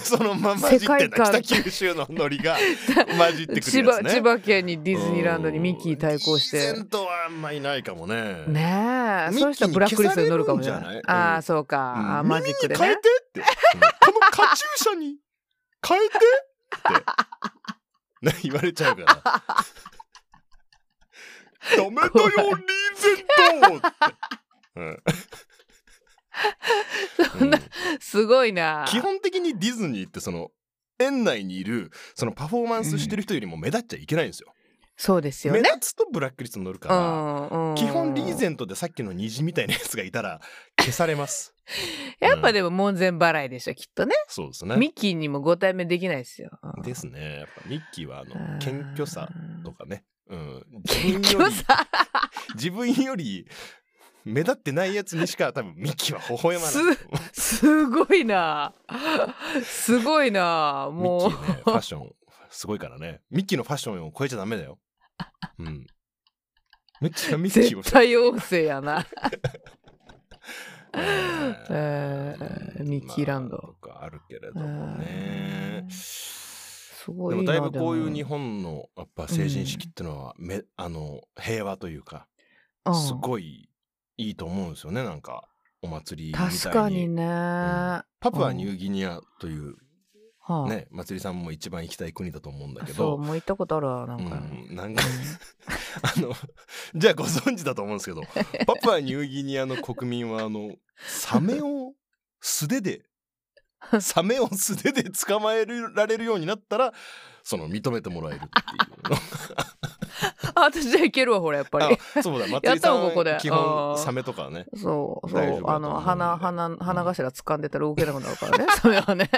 Speaker 1: そのまんま混じって
Speaker 2: 世界観
Speaker 1: た北九州のノリが混じってく
Speaker 2: 千
Speaker 1: るや
Speaker 2: 葉
Speaker 1: つね。
Speaker 2: 千葉県にディズニーランドにミッキー対抗し
Speaker 1: うんリー
Speaker 2: て
Speaker 1: ゼ。ントはあんまいないかもね。
Speaker 2: ねえ、
Speaker 1: ミッキーに
Speaker 2: そういう人はブラックリストに乗るかもしれない。
Speaker 1: 消されるんじゃないうん
Speaker 2: ああ、そうか。
Speaker 1: うん
Speaker 2: あーマジックで
Speaker 1: 耳に変え
Speaker 2: ね
Speaker 1: て。 って、うんこのカチューシャに変えてって、ね、言われちゃうからダメだよ
Speaker 2: 怖い
Speaker 1: リーゼントって、うん
Speaker 2: そんなすごいな。
Speaker 1: 基本的にディズニーってその園内にいるそのパフォーマンスしてる人よりも目立っちゃいけないんですよ、
Speaker 2: そうですよ
Speaker 1: 目
Speaker 2: ね。
Speaker 1: 立つとブラックリストに乗るから、
Speaker 2: うんうん
Speaker 1: 基本リーゼントでさっきの虹みたいなやつがいたら消されます。
Speaker 2: やっぱでも門前払いでしょきっとね
Speaker 1: そうですね。
Speaker 2: ミッキーにもご対面できないですよ
Speaker 1: ですね。やっぱミッキーはあの
Speaker 2: うん
Speaker 1: 謙虚さとかね、うん、
Speaker 2: 謙
Speaker 1: 自分よ
Speaker 2: 虚
Speaker 1: り
Speaker 2: さ
Speaker 1: 自分より目立ってないやつにしか多分ミッキーは微笑まないと思う。
Speaker 2: すごいなすごいな
Speaker 1: ミッ
Speaker 2: も
Speaker 1: キ
Speaker 2: う
Speaker 1: ーねファッションすごいからね。ミッキーのファッションを超えちゃダメだよ。うん。めっちゃミッキ ーを
Speaker 2: 絶。対妖精やな
Speaker 1: え
Speaker 2: えーミッキーランド
Speaker 1: まあとかあるけれども
Speaker 2: う
Speaker 1: ね
Speaker 2: ん。すご
Speaker 1: で
Speaker 2: いな
Speaker 1: もだいぶこうい
Speaker 2: で
Speaker 1: う
Speaker 2: も
Speaker 1: 日本のやっぱ成人式ってのはめ、あの平和というか
Speaker 2: うん
Speaker 1: すごいいいと思うんですよねなんかお祭りみたいに
Speaker 2: 確かにね、
Speaker 1: パプアニューギニアという
Speaker 2: はあ
Speaker 1: ね、祭りさんも一番行きたい国だと思うんだけ
Speaker 2: そう
Speaker 1: ど
Speaker 2: もう行ったことあるわな
Speaker 1: うん
Speaker 2: か、
Speaker 1: んなんか あのじゃあご存知だと思うんですけ どパプアニューギニアの国民はあのサメを素手でサメを素手で捕まえられるようになったらその認めてもらえるっ ていうの
Speaker 2: あ私じゃあ行けるわほらやっぱり
Speaker 1: あそうだ祭りさ
Speaker 2: やった
Speaker 1: ん
Speaker 2: わここで
Speaker 1: 基
Speaker 2: あー
Speaker 1: 本サメとかね
Speaker 2: そうそ
Speaker 1: 大丈夫だと思
Speaker 2: うあ
Speaker 1: うんで
Speaker 2: の鼻鼻鼻頭掴んでたら動けなくなるからね それはね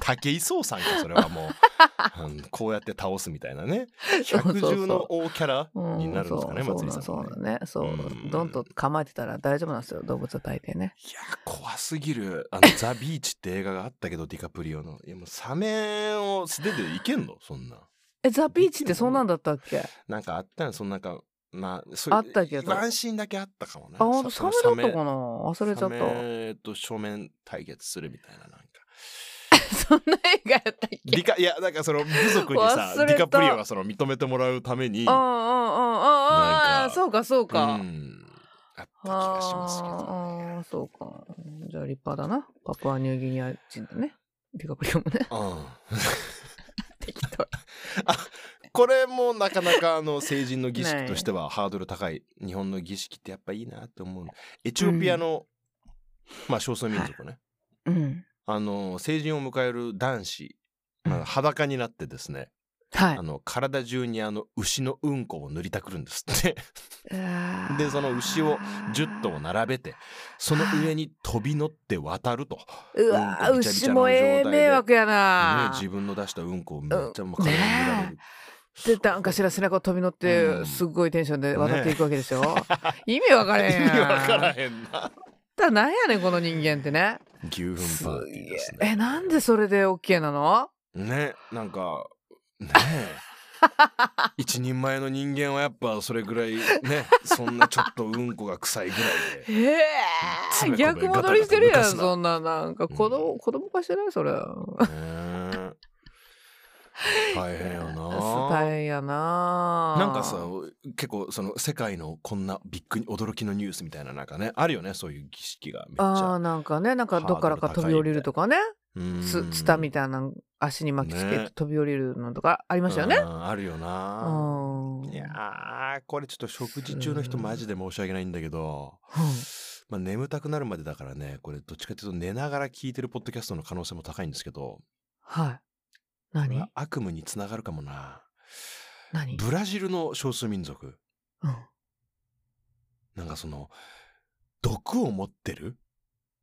Speaker 1: 武井壮さんかそれはも う、うんこうやって倒すみたいなね
Speaker 2: そ う
Speaker 1: 百
Speaker 2: そう
Speaker 1: 獣の大キャラ
Speaker 2: うん
Speaker 1: になるんですかね、
Speaker 2: そう
Speaker 1: 松井さん
Speaker 2: そう
Speaker 1: は
Speaker 2: なん
Speaker 1: ね
Speaker 2: そうだねそう、
Speaker 1: うん
Speaker 2: どんと構えてたら大丈夫なんですよ動物は大抵ね
Speaker 1: いや怖すぎるあの「ザ・ビーチ」って映画があったけどディカプリオのいやもうサメを素手でいけんのそんな
Speaker 2: えザ・ビーチってそんなんだったっけ
Speaker 1: なんかあったのそんなんかまあそういう
Speaker 2: あったけど
Speaker 1: ワンシーンだけあったかもね
Speaker 2: あほんとサメだったか
Speaker 1: な
Speaker 2: な忘れちゃ
Speaker 1: サ
Speaker 2: っ
Speaker 1: メと正面対決するみたいななんか
Speaker 2: た そんな映画やったっけ
Speaker 1: ディカいやなんかその部族にさ
Speaker 2: 忘れた
Speaker 1: ディカプリオがその認めてもらうために
Speaker 2: うんうんうんうんう
Speaker 1: なんんか
Speaker 2: そうかそうか、
Speaker 1: うん、あった気がしますけど、
Speaker 2: ああそうかじゃあ立派だなパプアニューギニア人だねディカプリオも ね
Speaker 1: うん、
Speaker 2: 適当
Speaker 1: これもなかなかあの成人の儀式としてはハードル高い日本の儀式ってやっぱいいなって思うエチオピアの、まあ少数民族ね、
Speaker 2: うん
Speaker 1: あの成人を迎える男子、まあ、裸になってですね
Speaker 2: はい
Speaker 1: あ。の体中にあの牛のうんこを塗りたくるんですって でその牛を10頭並べてその上に飛び乗って渡ると、ね、
Speaker 2: うわー
Speaker 1: うんこびちゃびち
Speaker 2: 牛
Speaker 1: ゃの
Speaker 2: も
Speaker 1: 状態で
Speaker 2: ええ迷惑やな、
Speaker 1: 自分の出したうんこをめっちゃもう
Speaker 2: うん
Speaker 1: 体に塗られる、
Speaker 2: ねでなんかしら背中を飛び乗って、
Speaker 1: うん
Speaker 2: すっごいテンションで渡っていくわけ ですよ、意味わからへんやん
Speaker 1: 意味わからへんな
Speaker 2: だなんやねんこの人間ってね
Speaker 1: 牛糞パーティーです
Speaker 2: え
Speaker 1: ね
Speaker 2: なんでそれで OK なの
Speaker 1: ねなんかね え一人前の人間はやっぱそれぐらいねそんなちょっとうんこが臭いぐらいで
Speaker 2: ええ
Speaker 1: 詰め込め
Speaker 2: 逆戻りしてるやん
Speaker 1: ガタガタ抜かすな
Speaker 2: そんななんか子供,、子供化してないそれ
Speaker 1: ねえ大変よな。
Speaker 2: 大変やな
Speaker 1: なんかさ結構その世界のこんなびっくり驚きのニュースみたいななんかねあるよねそういう儀式がめっち
Speaker 2: あー
Speaker 1: ゃ。
Speaker 2: なんかねなんかどっからか
Speaker 1: ハードル高
Speaker 2: 飛
Speaker 1: い
Speaker 2: び降りるとかね
Speaker 1: つ
Speaker 2: つツタみたいなの足に巻きつけて
Speaker 1: ね
Speaker 2: 飛び降りるのとかありましたよね。
Speaker 1: あるよ
Speaker 2: う
Speaker 1: な。
Speaker 2: ん
Speaker 1: いやーこれちょっと食事中の人
Speaker 2: うん
Speaker 1: マジで申し訳ないんだけど、まあ、眠たくなるまでだからねこれどっちかというと寝ながら聞いてるポッドキャストの可能性も高いんですけど
Speaker 2: はい。
Speaker 1: これ
Speaker 2: 何
Speaker 1: は悪夢につながるかもな。
Speaker 2: 何、
Speaker 1: ブラジルの少数民族
Speaker 2: うん
Speaker 1: なんかその毒を持ってる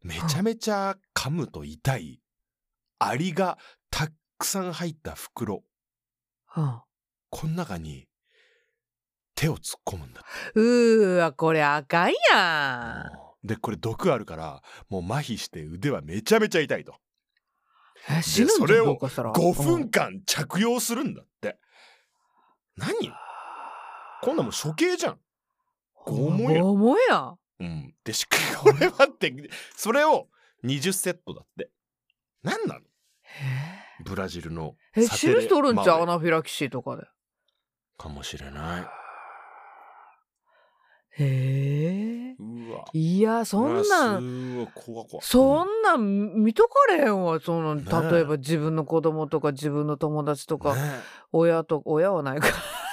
Speaker 1: めちゃめちゃ噛むと痛いアリがたっくさん入った袋
Speaker 2: うん
Speaker 1: この中に手を突っ込むんだって
Speaker 2: うーわこれあかんや
Speaker 1: でこれ毒あるからもう麻痺して腕はめちゃめちゃ痛いと
Speaker 2: ん。え死ぬんじゃ
Speaker 1: それ
Speaker 2: ん
Speaker 1: を
Speaker 2: どうかしたら
Speaker 1: 5
Speaker 2: うん
Speaker 1: 分間着用するんだって何こんなもん処刑じゃん拷問や
Speaker 2: 拷問や。
Speaker 1: うんでしこれはってそれを20セットだって何なのブラジルの
Speaker 2: ええ
Speaker 1: サ
Speaker 2: 死
Speaker 1: テレ
Speaker 2: ぬ人おるんちゃ
Speaker 1: マ
Speaker 2: うア
Speaker 1: ウイ
Speaker 2: ナフィラキシーとかで。
Speaker 1: かもしれない
Speaker 2: へえ。
Speaker 1: うわ
Speaker 2: いやそんなん
Speaker 1: うわ怖怖う
Speaker 2: そ
Speaker 1: ん
Speaker 2: なん見とかれへんわその
Speaker 1: ねえ
Speaker 2: 例えば自分の子供とか自分の友達とか、
Speaker 1: ね
Speaker 2: 親と親はないか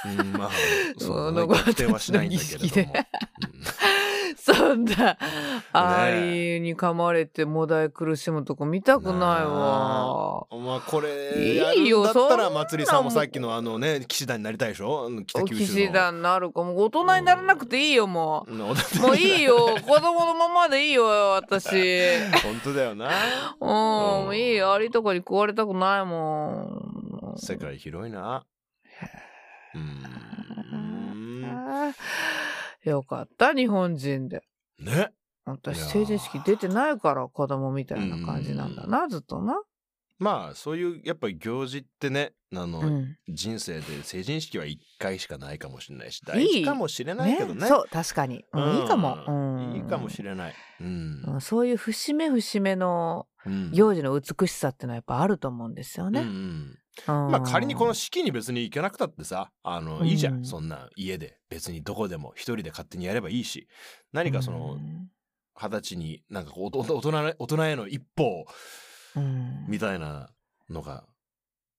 Speaker 1: うんまあそ
Speaker 2: そ
Speaker 1: んな
Speaker 2: の子
Speaker 1: 否定はしないんだけれども
Speaker 2: たそんなア
Speaker 1: え
Speaker 2: リに噛まれてもだえ苦しむとこ見たくないわ。
Speaker 1: うんまあこ
Speaker 2: いい
Speaker 1: れ
Speaker 2: よ
Speaker 1: やるんだった
Speaker 2: そ
Speaker 1: ら
Speaker 2: んな
Speaker 1: まつりさんもさっきのあのね騎士団になりたいでしょあの北
Speaker 2: お
Speaker 1: 九
Speaker 2: 騎
Speaker 1: 州
Speaker 2: 士
Speaker 1: の
Speaker 2: 団になるかもう大人にならなくていいよも
Speaker 1: うんお
Speaker 2: う。もういいよ子供のままでいいよ私。
Speaker 1: 本当だよな
Speaker 2: うんもういいよアリとかに食われたくないもん。
Speaker 1: 世界広いなう
Speaker 2: あ
Speaker 1: ん
Speaker 2: ーよかった日本人で。
Speaker 1: ね
Speaker 2: 私
Speaker 1: いやー
Speaker 2: 成人式出てないから子供みたいな感じなんだなずっとな。
Speaker 1: まあそういうやっぱり行事ってねあの、
Speaker 2: うん
Speaker 1: 人生で成人式は1回しかないかもしれないし
Speaker 2: い
Speaker 1: 大事かもしれないけどね
Speaker 2: そう確かに、うん
Speaker 1: うん
Speaker 2: いいかも、うん
Speaker 1: いいかもしれない、うん
Speaker 2: うんそういう節目節目の
Speaker 1: うん
Speaker 2: 行事の美しさってのはやっぱあると思うんですよ
Speaker 1: うんう
Speaker 2: ね。
Speaker 1: ん
Speaker 2: ま
Speaker 1: まあ仮にこの式に別に行かなくたってさあのいいじゃん、
Speaker 2: うん
Speaker 1: そんな家で別にどこでも一人で勝手にやればいいし何かその二十歳になんかこうおと大人へ大人への一歩みたいなのが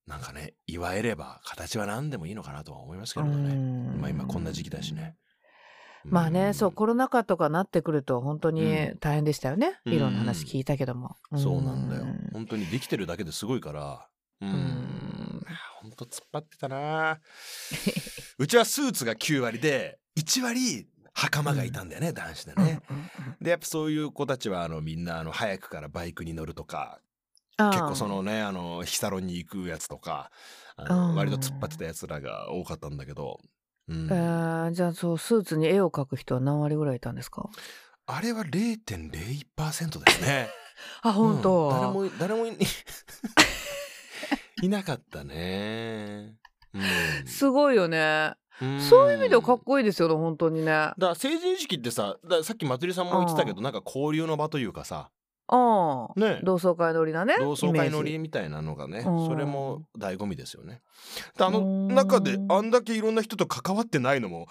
Speaker 1: なんかね祝えれば形は何でもいいのかなとは思いますけれどね。まあ今こんな時期だしね。。
Speaker 2: まあね、そう、
Speaker 1: こ
Speaker 2: コロナ禍とかなってくると本当に大変でしたよね。
Speaker 1: うん
Speaker 2: いろんな話聞いたけども。
Speaker 1: そうなんだよ
Speaker 2: うん。
Speaker 1: 本当にできてるだけですごいから。うん。
Speaker 2: ん
Speaker 1: 本当突っ張ってたな。 うちはスーツが9割で、1割袴がいたんだよね、男子でね。で、やっぱそういう子たちは、あの、みんな、あの、早くからバイクに乗るとか、結構そ
Speaker 2: の
Speaker 1: のね、あの、ヒサロンに行くやつとか、あ
Speaker 2: うん
Speaker 1: の割と突っ張ってたやつらが多かったんだけど、うん
Speaker 2: えー、じゃあそうスーツに絵を描く人は何割ぐらいいたんですか
Speaker 1: あれは0.01%ですね。
Speaker 2: あ 本当、
Speaker 1: うん誰も誰もい いなかったね、うん
Speaker 2: すごいよね、
Speaker 1: ん
Speaker 2: そういう意味ではかっこいいですよね本当にねあ
Speaker 1: だから成人式ってさだからさっきまつりさんも言ってたけどなんか交流の場というかさ
Speaker 2: あ、
Speaker 1: ね
Speaker 2: 同窓会乗りだね
Speaker 1: 同窓会の
Speaker 2: イメージ
Speaker 1: りみたいなのがね
Speaker 2: うん
Speaker 1: それも醍醐味ですよね。であ
Speaker 2: う
Speaker 1: の
Speaker 2: ん
Speaker 1: 中であんだけいろんな人と関わってないのも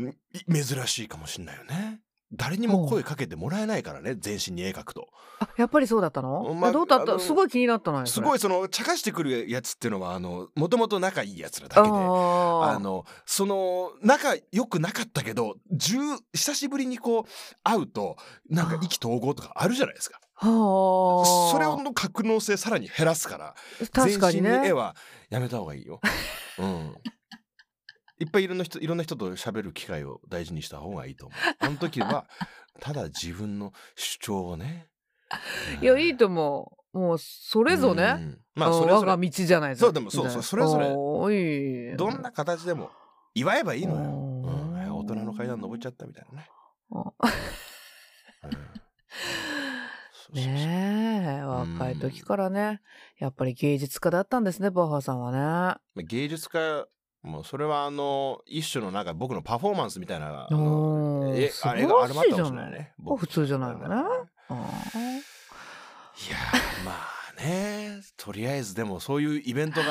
Speaker 1: ん珍しいかもしんないよね。誰にも声かけてもらえないからね全身に絵描くと。
Speaker 2: あやっぱりそうだったの、
Speaker 1: まあ
Speaker 2: えどうだっ
Speaker 1: あ
Speaker 2: た
Speaker 1: の
Speaker 2: すごい気になったのよ
Speaker 1: すごい
Speaker 2: い
Speaker 1: その茶化してくるやつっていうのはあのもともと仲いいやつらだ
Speaker 2: あ
Speaker 1: けであ
Speaker 2: あ
Speaker 1: のその仲良くなかったけど10久しぶりにこう会うとなんか意気投合とかあるじゃないですか。
Speaker 2: はあ
Speaker 1: それの格納性さらに減らすから
Speaker 2: 確かに
Speaker 1: 全身に絵
Speaker 2: ね
Speaker 1: はやめた方がい いよ。うん。いっぱいいろんな人いろんな人と喋る機会を大事にした方がいいと思う。あの時はただ自分の主張をね。
Speaker 2: いやいいと思うもうそ
Speaker 1: そ
Speaker 2: れぞね、
Speaker 1: ま
Speaker 2: う
Speaker 1: あ
Speaker 2: ん
Speaker 1: それぞ
Speaker 2: 我が
Speaker 1: れ
Speaker 2: 道じゃない
Speaker 1: そうでもそうそうそれぞれ
Speaker 2: れ
Speaker 1: どんな形でも祝えばいいのよ。
Speaker 2: うん
Speaker 1: うん、大人の階段登っちゃったみたいなね。 うんそうそうそう
Speaker 2: ねえ若い時からねやっぱり芸術家だったんですねバッハさんは
Speaker 1: まあ芸術家もうそれはあの一種のなんか僕のパフォーマンスみたいなあ
Speaker 2: お
Speaker 1: の
Speaker 2: ー
Speaker 1: え
Speaker 2: 素晴
Speaker 1: あれ
Speaker 2: らしい
Speaker 1: があれもあったかもしれない
Speaker 2: じゃない
Speaker 1: ね。
Speaker 2: 普通じゃないよねね
Speaker 1: いやーまあねとりあえずでもそういうイベン トが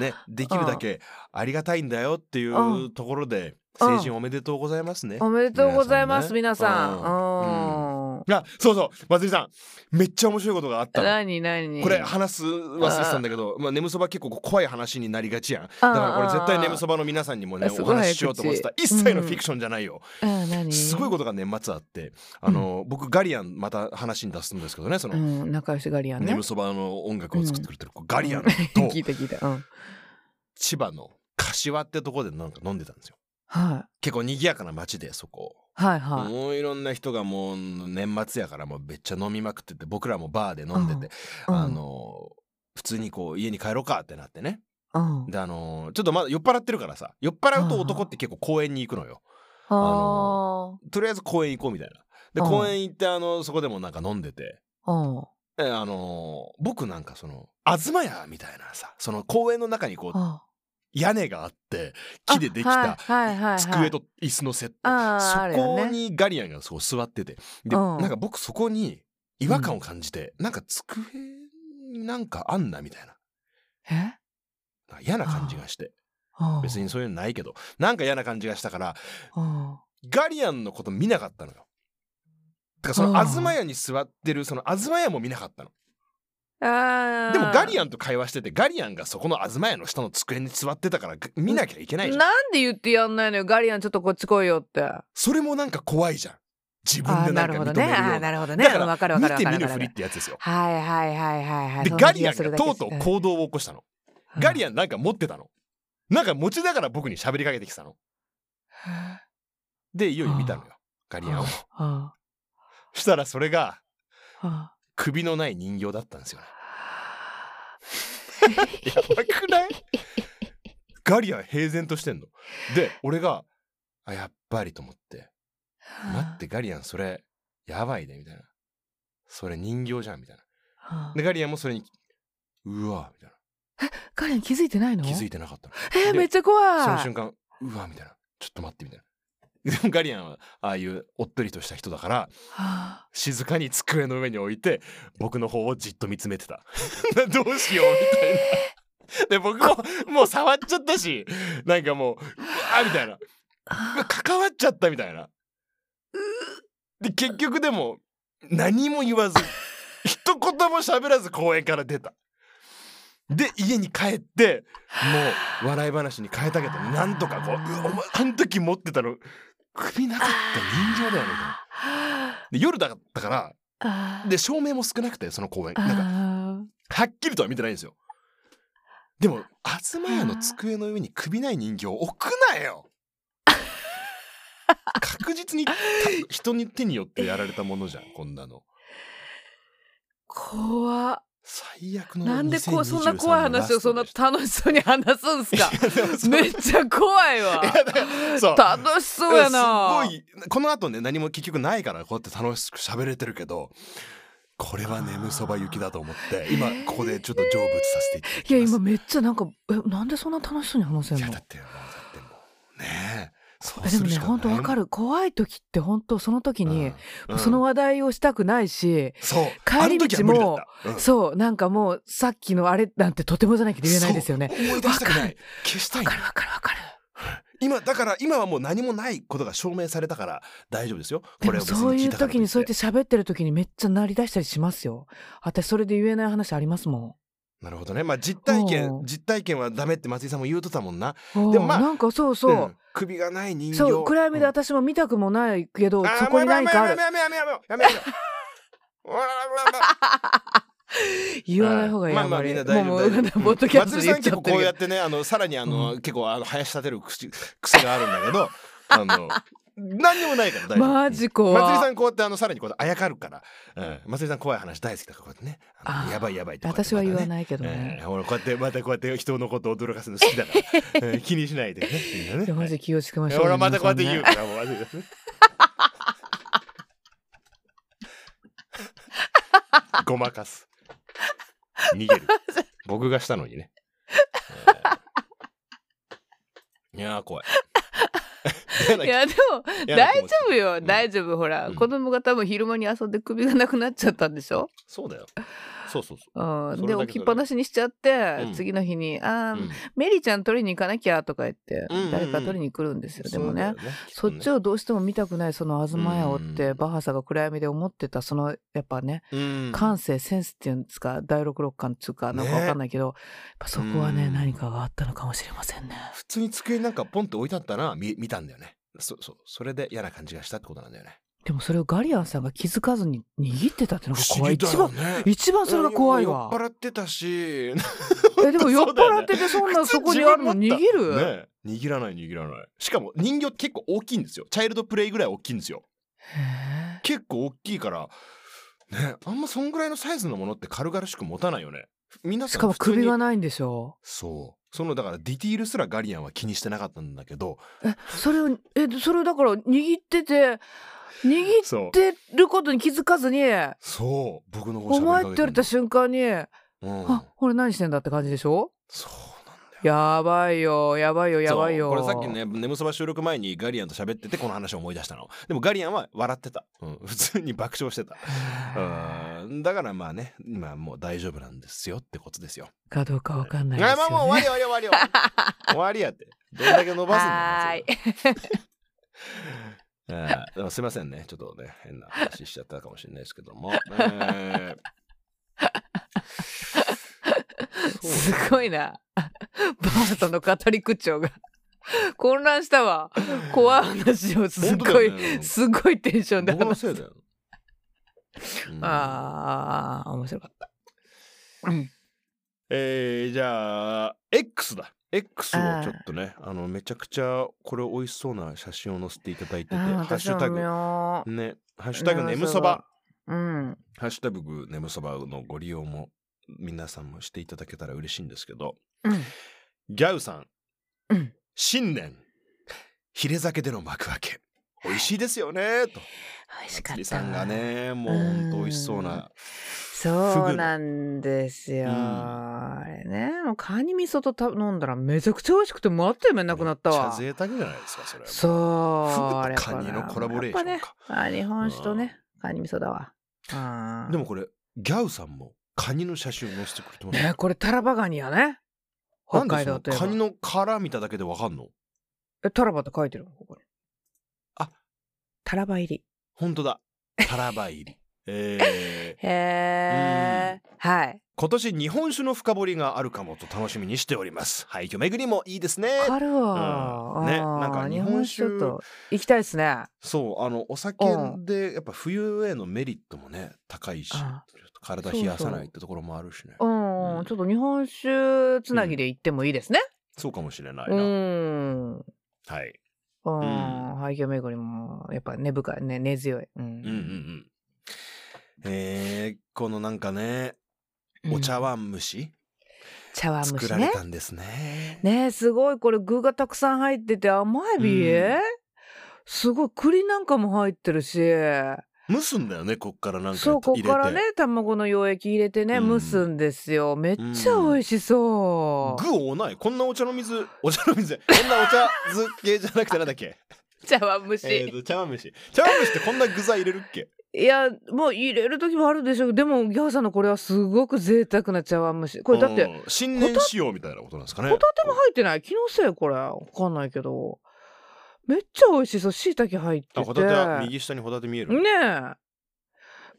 Speaker 1: ねできるだけありがたいんだよっていううところで
Speaker 2: うん
Speaker 1: 成人おめでとうございますね。
Speaker 2: おめでとうございます
Speaker 1: 皆
Speaker 2: 皆さ
Speaker 1: さ
Speaker 2: ん,、
Speaker 1: んね
Speaker 2: うん
Speaker 1: あそうそうまつりさんめっちゃ面白いことがあったの。
Speaker 2: 何何
Speaker 1: これ話す忘れてたんだけど、まあ、眠そば結構怖い話になりがちやんだ
Speaker 2: あー
Speaker 1: からこれ絶対眠そばの皆さんにもね
Speaker 2: あす
Speaker 1: お
Speaker 2: ごい
Speaker 1: 話ししようと思ってた
Speaker 2: 早
Speaker 1: 一
Speaker 2: 口
Speaker 1: 切のフィクションじゃないよ、
Speaker 2: あ何
Speaker 1: すごいことが年末あってあの、僕ガリアンまた話に出すんですけどねその、
Speaker 2: うん、仲良しガリアンね。
Speaker 1: ネムそばの音楽を作ってくれてる、ガリアンと
Speaker 2: うん聞いた聞いた。うん。
Speaker 1: 千葉の柏ってとこでなんか飲んでたんですよ
Speaker 2: は
Speaker 1: 結構賑やかな街でそこ、
Speaker 2: い。はいはい。
Speaker 1: もういろんな人がもう年末やからもうめっちゃ飲みまくってて僕らもバーで飲んでて、
Speaker 2: うん
Speaker 1: あ、の普通にこう家に帰ろうかってなってね
Speaker 2: うん、
Speaker 1: であのちょっとまだ酔っ払ってるからさ酔っ払うと男って結構公園に行くのよ
Speaker 2: あ
Speaker 1: とりあえず公園行こうみたいなで
Speaker 2: うん
Speaker 1: 公園行ってあのそこでもなんか飲んでて
Speaker 2: あ。うん。
Speaker 1: えあの僕なんかその東屋みたいなさその公園の中にこう
Speaker 2: あ
Speaker 1: 屋根があって木でできた
Speaker 2: あはいはいはいはい
Speaker 1: 机と椅子のセット、
Speaker 2: あーあるよ
Speaker 1: そこ
Speaker 2: ね
Speaker 1: にガリアンがそう座っててで、
Speaker 2: うん
Speaker 1: なんか僕そこに違和感を感じて、なんか机になんかあんなみたいな
Speaker 2: え
Speaker 1: なんか嫌な感じがして
Speaker 2: あ
Speaker 1: 別にそういうのないけどなんか嫌な感じがしたから
Speaker 2: あ
Speaker 1: ガリアンのこと見なかったのよ。だからその
Speaker 2: あー
Speaker 1: 東屋に座ってるその東屋も見なかったの
Speaker 2: あ
Speaker 1: でもガリ
Speaker 2: ア
Speaker 1: アンと会話しててガリアンがそこの東屋の下の机に座ってたから見なきゃいけないじゃん
Speaker 2: なんで言ってやんないのよガリアンちょっとこっち来いよってあ
Speaker 1: それもなんか怖いじゃん自分
Speaker 2: あ
Speaker 1: で
Speaker 2: ー
Speaker 1: な
Speaker 2: なん
Speaker 1: か
Speaker 2: る
Speaker 1: 認
Speaker 2: ほ
Speaker 1: める
Speaker 2: どね
Speaker 1: よう
Speaker 2: ああー
Speaker 1: な
Speaker 2: なるほどね
Speaker 1: だ
Speaker 2: うんわ
Speaker 1: か
Speaker 2: かる
Speaker 1: ら見
Speaker 2: わかるわ
Speaker 1: て
Speaker 2: か
Speaker 1: 見
Speaker 2: る
Speaker 1: ぬ
Speaker 2: わか
Speaker 1: ふ
Speaker 2: る
Speaker 1: りってやつですよ
Speaker 2: はいはいはいはいはい
Speaker 1: で
Speaker 2: そんな
Speaker 1: ガ
Speaker 2: 気
Speaker 1: リア
Speaker 2: が
Speaker 1: ン
Speaker 2: する
Speaker 1: が
Speaker 2: だけ
Speaker 1: と
Speaker 2: で
Speaker 1: う
Speaker 2: す
Speaker 1: とう行動を起こしたの
Speaker 2: うん
Speaker 1: ガリアンなんか持ってたのなんか持ちながら僕に喋りかけてきたのでいよいよ見たのよガリアンを
Speaker 2: あ
Speaker 1: したらそれが
Speaker 2: ああ
Speaker 1: 首のない人形だったん ですよね
Speaker 2: あ
Speaker 1: やばくないガリアン平然としてんので俺があやっぱりと思って待ってガリアンそれやばいねみたいなそれ人形じゃんみたいな
Speaker 2: あ
Speaker 1: でガリアンもそれにうわみたいな
Speaker 2: ガリアン気づいてないの
Speaker 1: 気づいてなかったの
Speaker 2: えー
Speaker 1: で
Speaker 2: めっちゃ怖い
Speaker 1: その瞬間うわみたいなちょっと待ってみたいなでもガリアンはああいうおっとりとした人だから
Speaker 2: は
Speaker 1: 静かに机の上に置いて僕の方をじっと見つめてた どうしようみたいなで僕ももう触っちゃったしなんかもううわみたいな
Speaker 2: あ
Speaker 1: 関わっちゃったみたいなで結局でも何も言わず一言も喋らず公園から出たで家に帰ってもう笑い話に変えたけどなんとかこううわ「お前あの時持ってたの首なかった人形だよねみたいな」で夜だったから
Speaker 2: あー
Speaker 1: で照明も少なくてその公園なんか
Speaker 2: あ
Speaker 1: はっきりとは見てないんですよでも東屋の机の上に首ない人形を置くなよ確実にた人に手によってやられたものじゃんこんなの
Speaker 2: ー怖っ
Speaker 1: 最悪の
Speaker 2: なんでこう
Speaker 1: 2023
Speaker 2: そんな怖い
Speaker 1: のラ
Speaker 2: 話を
Speaker 1: ス
Speaker 2: そ
Speaker 1: ト
Speaker 2: んな
Speaker 1: でした
Speaker 2: 楽しそうに話すんすか
Speaker 1: いやでもそう
Speaker 2: めっちゃ怖いわ
Speaker 1: いやだからそう
Speaker 2: 楽しそうやな
Speaker 1: すごいこの後ね何も結局ないからこうやって楽しく喋れてるけどこれは眠そば行きだと思って今ここでちょっと成仏させていただ
Speaker 2: い
Speaker 1: き
Speaker 2: や
Speaker 1: ます
Speaker 2: 今めっちゃなんかえなんでそんな楽しそうに話せん
Speaker 1: いや
Speaker 2: の
Speaker 1: だってもうだってもうねえそう
Speaker 2: ですも
Speaker 1: る
Speaker 2: ね
Speaker 1: しかない
Speaker 2: 本当わかる怖い時って本当その時
Speaker 1: うん
Speaker 2: に、
Speaker 1: うん
Speaker 2: その話題をしたくないし、
Speaker 1: そう
Speaker 2: 帰り道も
Speaker 1: あの時は無理だった
Speaker 2: そうなんかもうさっきのあれなんてとてもじゃないけど言えないですよね
Speaker 1: うん思い出したく
Speaker 2: わ
Speaker 1: な
Speaker 2: か
Speaker 1: い消した
Speaker 2: わ
Speaker 1: い
Speaker 2: かるわかるわかる
Speaker 1: 今だから今はもう何もないことが証明されたから大丈夫ですよ
Speaker 2: で
Speaker 1: これ
Speaker 2: も
Speaker 1: を別に
Speaker 2: そうい
Speaker 1: 聞
Speaker 2: う
Speaker 1: いたからと
Speaker 2: 時
Speaker 1: い
Speaker 2: にそうやって喋ってる時にめっちゃ鳴り出したりしますよ私それで言えない話ありますも
Speaker 1: なるほどねまあ実体
Speaker 2: う
Speaker 1: 験
Speaker 2: ん
Speaker 1: 実体験はダメって松井さんも言うとったもんなんでもまあ
Speaker 2: おーなんかそうそう、
Speaker 1: ん首がない人形
Speaker 2: そう暗闇で
Speaker 1: うん
Speaker 2: 私も見たくもないけど、
Speaker 1: あー
Speaker 2: そこに何かあ
Speaker 1: や
Speaker 2: る
Speaker 1: めようやめようやめようやめようやめようやめよう
Speaker 2: 言わない方がいい
Speaker 1: まあ
Speaker 2: ん
Speaker 1: まあ
Speaker 2: り
Speaker 1: みんな大丈
Speaker 2: も
Speaker 1: 夫
Speaker 2: う
Speaker 1: 大丈
Speaker 2: も
Speaker 1: 夫
Speaker 2: う ポッドキャスト
Speaker 1: 松井
Speaker 2: で言
Speaker 1: さ
Speaker 2: っ
Speaker 1: ん結
Speaker 2: ちゃっ
Speaker 1: 構
Speaker 2: て
Speaker 1: こう
Speaker 2: るけど
Speaker 1: やってねあのさらにあの、結構あの林立てる口癖があるんだけどあの何にもないから大丈夫
Speaker 2: マジ怖
Speaker 1: 松井さんこうやってあのさらにこうやってあやかるから、うん、松井さん怖い話大好きだからこうやってねあの
Speaker 2: あー
Speaker 1: やばいやばいってこうやって
Speaker 2: 私は言わ
Speaker 1: い
Speaker 2: ないけど
Speaker 1: え
Speaker 2: ね
Speaker 1: え、俺こうやってまたこうやって人のこと驚かすの好きだからう ん気にしないでねみんない
Speaker 2: やマ
Speaker 1: ね
Speaker 2: ジ気をつけましょうね
Speaker 1: 俺はまたこうやって言う
Speaker 2: 皆
Speaker 1: か
Speaker 2: さんね
Speaker 1: らもう忘れてね ごまかす逃げる僕がしたのにね、ええいやー怖い嫌ない
Speaker 2: やでも
Speaker 1: 嫌な
Speaker 2: 大
Speaker 1: 気
Speaker 2: 丈
Speaker 1: 持ち
Speaker 2: 夫よ
Speaker 1: ん
Speaker 2: 大丈夫ほら
Speaker 1: うん
Speaker 2: 子供が多分昼間に遊んで首がなくなっちゃったんでしょ
Speaker 1: そうだよそうそうそう
Speaker 2: うん
Speaker 1: それだけ
Speaker 2: で
Speaker 1: それ
Speaker 2: 置きっぱなしにしちゃって
Speaker 1: うん
Speaker 2: 次の日に「あー
Speaker 1: うん
Speaker 2: メリーちゃん取りに行かなきゃ」とか言って
Speaker 1: うんうんうん
Speaker 2: 誰か取りに来るんですよでもね
Speaker 1: そ
Speaker 2: そう
Speaker 1: だよ
Speaker 2: っ
Speaker 1: ねき
Speaker 2: ちをどうしても見たくないその東屋をって
Speaker 1: うん
Speaker 2: バッハさんが暗闇で思ってたそのやっぱね
Speaker 1: とねうん
Speaker 2: 感性センスっていうんですか第六六感っていうかなんかわかんないけど、やっぱそこはね
Speaker 1: うん
Speaker 2: 何かがあったのかもしれませんね。
Speaker 1: 普通に机になんかポンって置いてあったな見見たんだよねそそうそれで嫌な感じがしたってことなんだよね
Speaker 2: でもそれをガリアンさんが気づかずに握ってたってのが怖い、
Speaker 1: 不
Speaker 2: 一
Speaker 1: 思
Speaker 2: 番
Speaker 1: 議だよね
Speaker 2: 一番それが怖いわ
Speaker 1: 酔。っ払ってた し
Speaker 2: えでも酔っ
Speaker 1: そうだよね
Speaker 2: 払っててそんな
Speaker 1: 普通
Speaker 2: そこにあるの
Speaker 1: 自分
Speaker 2: 握
Speaker 1: 持った
Speaker 2: る、
Speaker 1: ねえ握らない握らないしかも人形結構大きいんですよチャイルドプレイぐらい大きいんですよ
Speaker 2: へえ
Speaker 1: 結構大きいからねあんまそんぐらいのサイズのものって軽々しく持たないよね皆
Speaker 2: し
Speaker 1: さん
Speaker 2: かも
Speaker 1: 普通に
Speaker 2: 首がないんでしょ
Speaker 1: そうそのだからディティールすらガリアンは気にしてなかったんだけど
Speaker 2: えそれをえそれをだから握ってて握っ
Speaker 1: そう
Speaker 2: てることに気づかずに「
Speaker 1: そう僕の方
Speaker 2: お前」って言われた
Speaker 1: し、
Speaker 2: 瞬間に
Speaker 1: う
Speaker 2: 「
Speaker 1: ん、
Speaker 2: あ俺何してんだ」って感じでしょ
Speaker 1: そうなんだよ
Speaker 2: やばいよやばいよやばいよ
Speaker 1: そうこれさっ きね「眠そば」収録前にガリアンと喋っててこの話を思い出したのでもガリアンは笑ってた、うん、普通に爆笑してたうんだからまあね今もう大丈夫なんですよってことですよ
Speaker 2: かどうかわかんないです
Speaker 1: あ
Speaker 2: よ、ね、
Speaker 1: まあもう終わり終わ り終わり終わり終わりやってどんだけ伸ばすんだよ
Speaker 2: はーい
Speaker 1: それはうんでもすいませんねちょっとね変な話しちゃったかもしれないですけども、え ーそう
Speaker 2: すごいなバートの語り口調が混乱したわ怖い話をすっごい、
Speaker 1: 本当だよね
Speaker 2: すっごいテンションで
Speaker 1: 僕の
Speaker 2: 話
Speaker 1: せい だよ、うん
Speaker 2: ああ面白かった、うん、
Speaker 1: えー、じゃあ X だ X をちょっとねあのめちゃくちゃこれ美味しそうな写真を載せていただいてて「ハッシュタグ
Speaker 2: グ
Speaker 1: ねハッシュタグ
Speaker 2: 眠
Speaker 1: ね
Speaker 2: そば
Speaker 1: むそば」
Speaker 2: うん
Speaker 1: 「ハッシュタグねむそば」のご利用も皆さんもしていただけたら嬉しいんですけど
Speaker 2: うん
Speaker 1: ギャウさん、
Speaker 2: うん
Speaker 1: 新年ヒレ酒での幕開け美味しいですよねと
Speaker 2: 美味しか
Speaker 1: 釣
Speaker 2: った
Speaker 1: りさんがねもうほんと美味しそうな
Speaker 2: そうなんですよ、
Speaker 1: フグのうん
Speaker 2: あれねもうカニ味噌とた飲んだらめちゃくちゃ美味しくてもうあっという間になくなった
Speaker 1: め
Speaker 2: わ
Speaker 1: っちゃ贅沢じゃないですかそれは
Speaker 2: そう
Speaker 1: フグと
Speaker 2: やっぱ
Speaker 1: カニ
Speaker 2: な
Speaker 1: のコラボレーションか
Speaker 2: やっぱねあ日本酒とねカニ味噌だわあー
Speaker 1: でもこれギャウさんもカニの写真を載せてくれてます
Speaker 2: ねこれタラバガニやね北海道といえば
Speaker 1: カニの殻見ただけでわかんの
Speaker 2: えタラバって書いてるのここに
Speaker 1: あ
Speaker 2: タラバ入り
Speaker 1: 本当だタラバ入 りえー、
Speaker 2: へえはい
Speaker 1: 今年日本酒の深掘りがあるかもと楽しみにしております廃墟巡りもいいですね
Speaker 2: あるわ、
Speaker 1: うんね
Speaker 2: あー
Speaker 1: なんか日
Speaker 2: 日
Speaker 1: 本
Speaker 2: 本
Speaker 1: 酒
Speaker 2: 酒ちょっと行きたいですね
Speaker 1: そうあのお酒
Speaker 2: うん
Speaker 1: でやっぱ冬へのメリットもね高いしちょっ
Speaker 2: あ
Speaker 1: と体冷やさないってところもあるしねそう
Speaker 2: うん、
Speaker 1: うん
Speaker 2: ちょっと日本酒つなぎで行ってもいいですね
Speaker 1: かもしれないうな、
Speaker 2: んうん
Speaker 1: はい
Speaker 2: 廃墟巡りもやっぱ根深いね根強い、うん
Speaker 1: うんうんうんえー、このなんかねお茶
Speaker 2: は
Speaker 1: 碗蒸し
Speaker 2: 茶碗蒸
Speaker 1: 作
Speaker 2: し
Speaker 1: られ
Speaker 2: ね
Speaker 1: たんですね
Speaker 2: ねえすごいこれ具がたくさん入ってて甘エビ、
Speaker 1: うん
Speaker 2: すごい栗なんかも入ってるし
Speaker 1: 蒸すんだよねこっからなんか
Speaker 2: そうこ
Speaker 1: 入れ
Speaker 2: ってからね卵の溶液入れてね、
Speaker 1: うん
Speaker 2: 蒸すんですよめっちゃ美味しそう、
Speaker 1: 具をないこんなお茶の水 お茶の水こんなお茶漬けじゃなくてなんだっけ
Speaker 2: 茶碗蒸し、
Speaker 1: えーと茶碗蒸し茶碗蒸しってこんな具材入れるっけ
Speaker 2: いやもう入れる時もあるでしょうでもギャオさんのこれはすごく贅沢な茶碗蒸しこれだって
Speaker 1: う
Speaker 2: 入
Speaker 1: ん新年仕様みたいなことなんですかね
Speaker 2: ホタってない気のせいこれわかんないけどめっちゃ美味しそうしいたけ入ってて
Speaker 1: あホタテは右下にホタテ見える、
Speaker 2: ねえ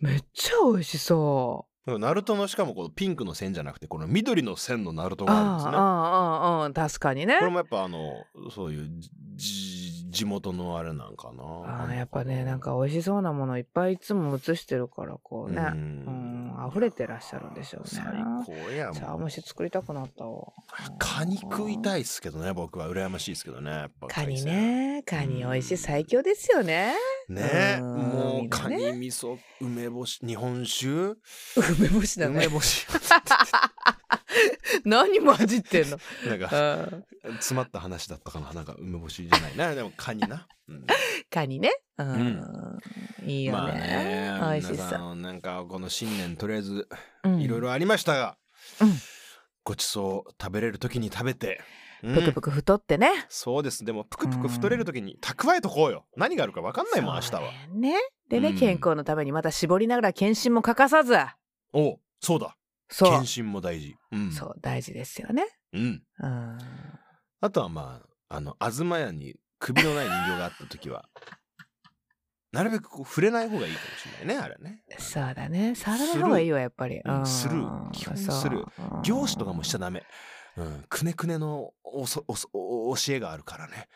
Speaker 2: めっちゃ美味しそう
Speaker 1: なんかナルトのしかもこのピンクの線じゃなくてこの緑の線のナルトがあるんですね
Speaker 2: ああああああ確かにね
Speaker 1: これもやっぱあのそういうじじ地元のあれなんかな
Speaker 2: あーやっぱねなんか美味しそうなものいっぱいいつも映してるからこうね
Speaker 1: う
Speaker 2: うんん溢れてらっしゃるんでしょうね
Speaker 1: 最高や
Speaker 2: 茶
Speaker 1: もん
Speaker 2: 蒸し作りたくなったわ
Speaker 1: カニ食いたいっすけどね僕は羨ましいですけどねやっぱ
Speaker 2: カニねカニ美味しい最強ですよね
Speaker 1: ね
Speaker 2: うん
Speaker 1: も
Speaker 2: み
Speaker 1: うん
Speaker 2: な
Speaker 1: カ
Speaker 2: ね
Speaker 1: ニ味噌梅干し日本酒
Speaker 2: 梅干しだ
Speaker 1: 梅
Speaker 2: ね
Speaker 1: 干し
Speaker 2: 何混じっ てんの
Speaker 1: なんか
Speaker 2: うん
Speaker 1: 詰まった話だったかななんか梅干しじゃないなでもカニな、うん
Speaker 2: カニねうんいいよ
Speaker 1: まあ
Speaker 2: ね
Speaker 1: ね
Speaker 2: 美味し
Speaker 1: 皆
Speaker 2: そう
Speaker 1: さんなんかこの新年とりあえず
Speaker 2: うん
Speaker 1: いろいろありましたが、
Speaker 2: うん
Speaker 1: ごちそう食べれる時に食べて、うん
Speaker 2: ぷくぷく太ってね
Speaker 1: そうですでもぷくぷく太れる時に蓄えとこうよ何があるか分かんないもん明日
Speaker 2: そう
Speaker 1: は
Speaker 2: だよねでね
Speaker 1: うん
Speaker 2: 健康のためにまた絞りながら検診も欠かさず
Speaker 1: おうそうだ
Speaker 2: そう
Speaker 1: 検診も大事うん
Speaker 2: そう大事ですよね
Speaker 1: うん
Speaker 2: うん
Speaker 1: あとはまああの東屋に首のない人形があった時 はなるべくこう触れない方がいいかもしれないねあれね
Speaker 2: そうだね触らない方がいいわやっぱり
Speaker 1: うん
Speaker 2: うん
Speaker 1: スルー基本スルー
Speaker 2: そう
Speaker 1: 漁師とかもしちゃダメ、うん、くねくねのおそおそお教えがあるからね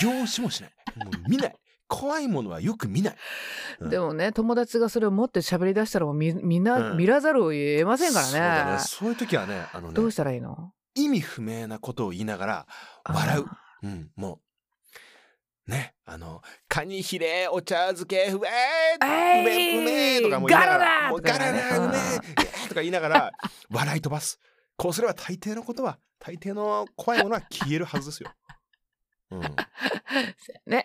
Speaker 1: 漁師もしないもう見ない怖いものはよく見ないうん
Speaker 2: でもね友達がそれを持って喋り出したらもうみみんな
Speaker 1: うん
Speaker 2: 見らざるを得ませんか
Speaker 1: そうだ
Speaker 2: らね,、
Speaker 1: ねそういう時はねあのね
Speaker 2: どうしたらいいの
Speaker 1: 意味不明なことを言いながら笑ううんもうねあの「カニヒレお茶漬けうえ
Speaker 2: え
Speaker 1: ー
Speaker 2: い
Speaker 1: めう
Speaker 2: う
Speaker 1: めえ」とかもう言いなが
Speaker 2: ガラ
Speaker 1: ら
Speaker 2: だ
Speaker 1: 「もうガラ
Speaker 2: と
Speaker 1: だ
Speaker 2: かね
Speaker 1: うめえイエー」とか言いながら笑い飛ばすこうすれば大抵のことは大抵の怖いものは消えるはずですよ。 うん、
Speaker 2: ね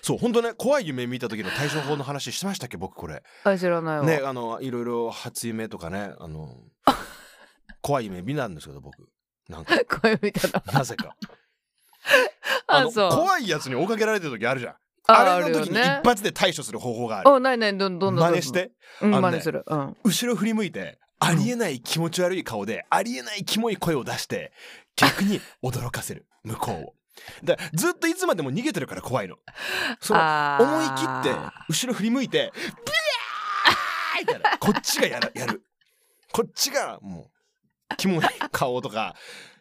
Speaker 1: そう本当ね怖い夢見た時の対処法の話してましたっけ僕これ
Speaker 2: あ知らないわ、
Speaker 1: ねあのいろいろ初夢とかねあ の怖い夢見たんですけど僕なんか
Speaker 2: 声見たら
Speaker 1: なぜか あ
Speaker 2: あ
Speaker 1: の
Speaker 2: そう
Speaker 1: 怖いやつに追いかけられてる時あるじゃん
Speaker 2: あ
Speaker 1: あ
Speaker 2: あ
Speaker 1: れ
Speaker 2: る
Speaker 1: の
Speaker 2: よ
Speaker 1: 時に
Speaker 2: ね
Speaker 1: 一発で対処する方法がある
Speaker 2: おないないどんどんどんどん
Speaker 1: 真似して
Speaker 2: うん
Speaker 1: あのね
Speaker 2: 真似する、うん
Speaker 1: 後ろ振り向いてありえない気持ち悪い顔でありえないキモい声を出して逆に驚かせ る向こうをだからずっといつまでも逃げてるから怖いのその
Speaker 2: あー
Speaker 1: 思い切って後ろ振り向いて「ビャー!」みたいなこっちがやるやるこっちがもうキモい顔とか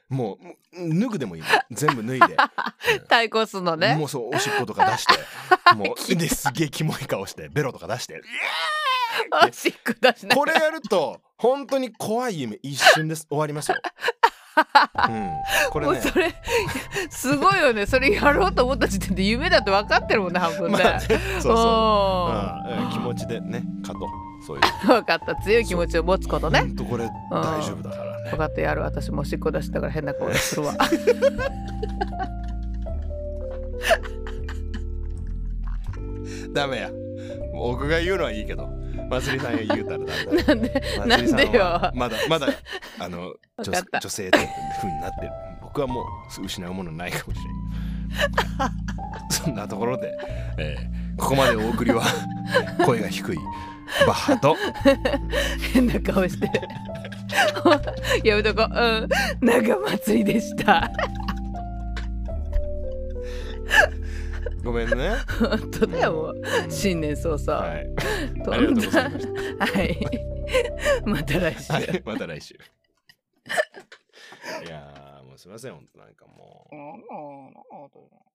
Speaker 1: もう脱ぐでもいいの全部脱いで
Speaker 2: 対抗するのね
Speaker 1: もうそうおしっことか出してもうですげえキモい顔してベロとか出 して
Speaker 2: おしっこ出しな
Speaker 1: これやると本当に怖い夢一瞬です終わり ますよ。うん、これ
Speaker 2: もう
Speaker 1: ね
Speaker 2: それすごいよねそれやろうと思った時点で夢だって分かってるもんね半分ね,、
Speaker 1: まあねそうそう、う
Speaker 2: うん
Speaker 1: んうん、気持ちでね勝とうそういう
Speaker 2: 分かった強い気持ちを持つことね
Speaker 1: 本当これ大丈夫だからね
Speaker 2: 分。かったやる私もおしっこ出したから変な顔するわ
Speaker 1: ダメや僕が言うのはいいけどまつりさんが言うたらダメだ
Speaker 2: なんで
Speaker 1: まつりさ
Speaker 2: なんでよ
Speaker 1: はまだまだあ の
Speaker 2: 分
Speaker 1: 女
Speaker 2: かった
Speaker 1: 女性って風になってる僕はもう失うものないかも しれないそんなところで、えーここまでお送りは 声が低いバッハと
Speaker 2: 変な顔してやめとこうん長祭りでした
Speaker 1: ごめんね
Speaker 2: 本当だよもう新年早々、
Speaker 1: はい
Speaker 2: とんだ
Speaker 1: ありがとうございまし
Speaker 2: はいまた来週、
Speaker 1: た、はい、 また来週いやーもうすいません本当なんかもう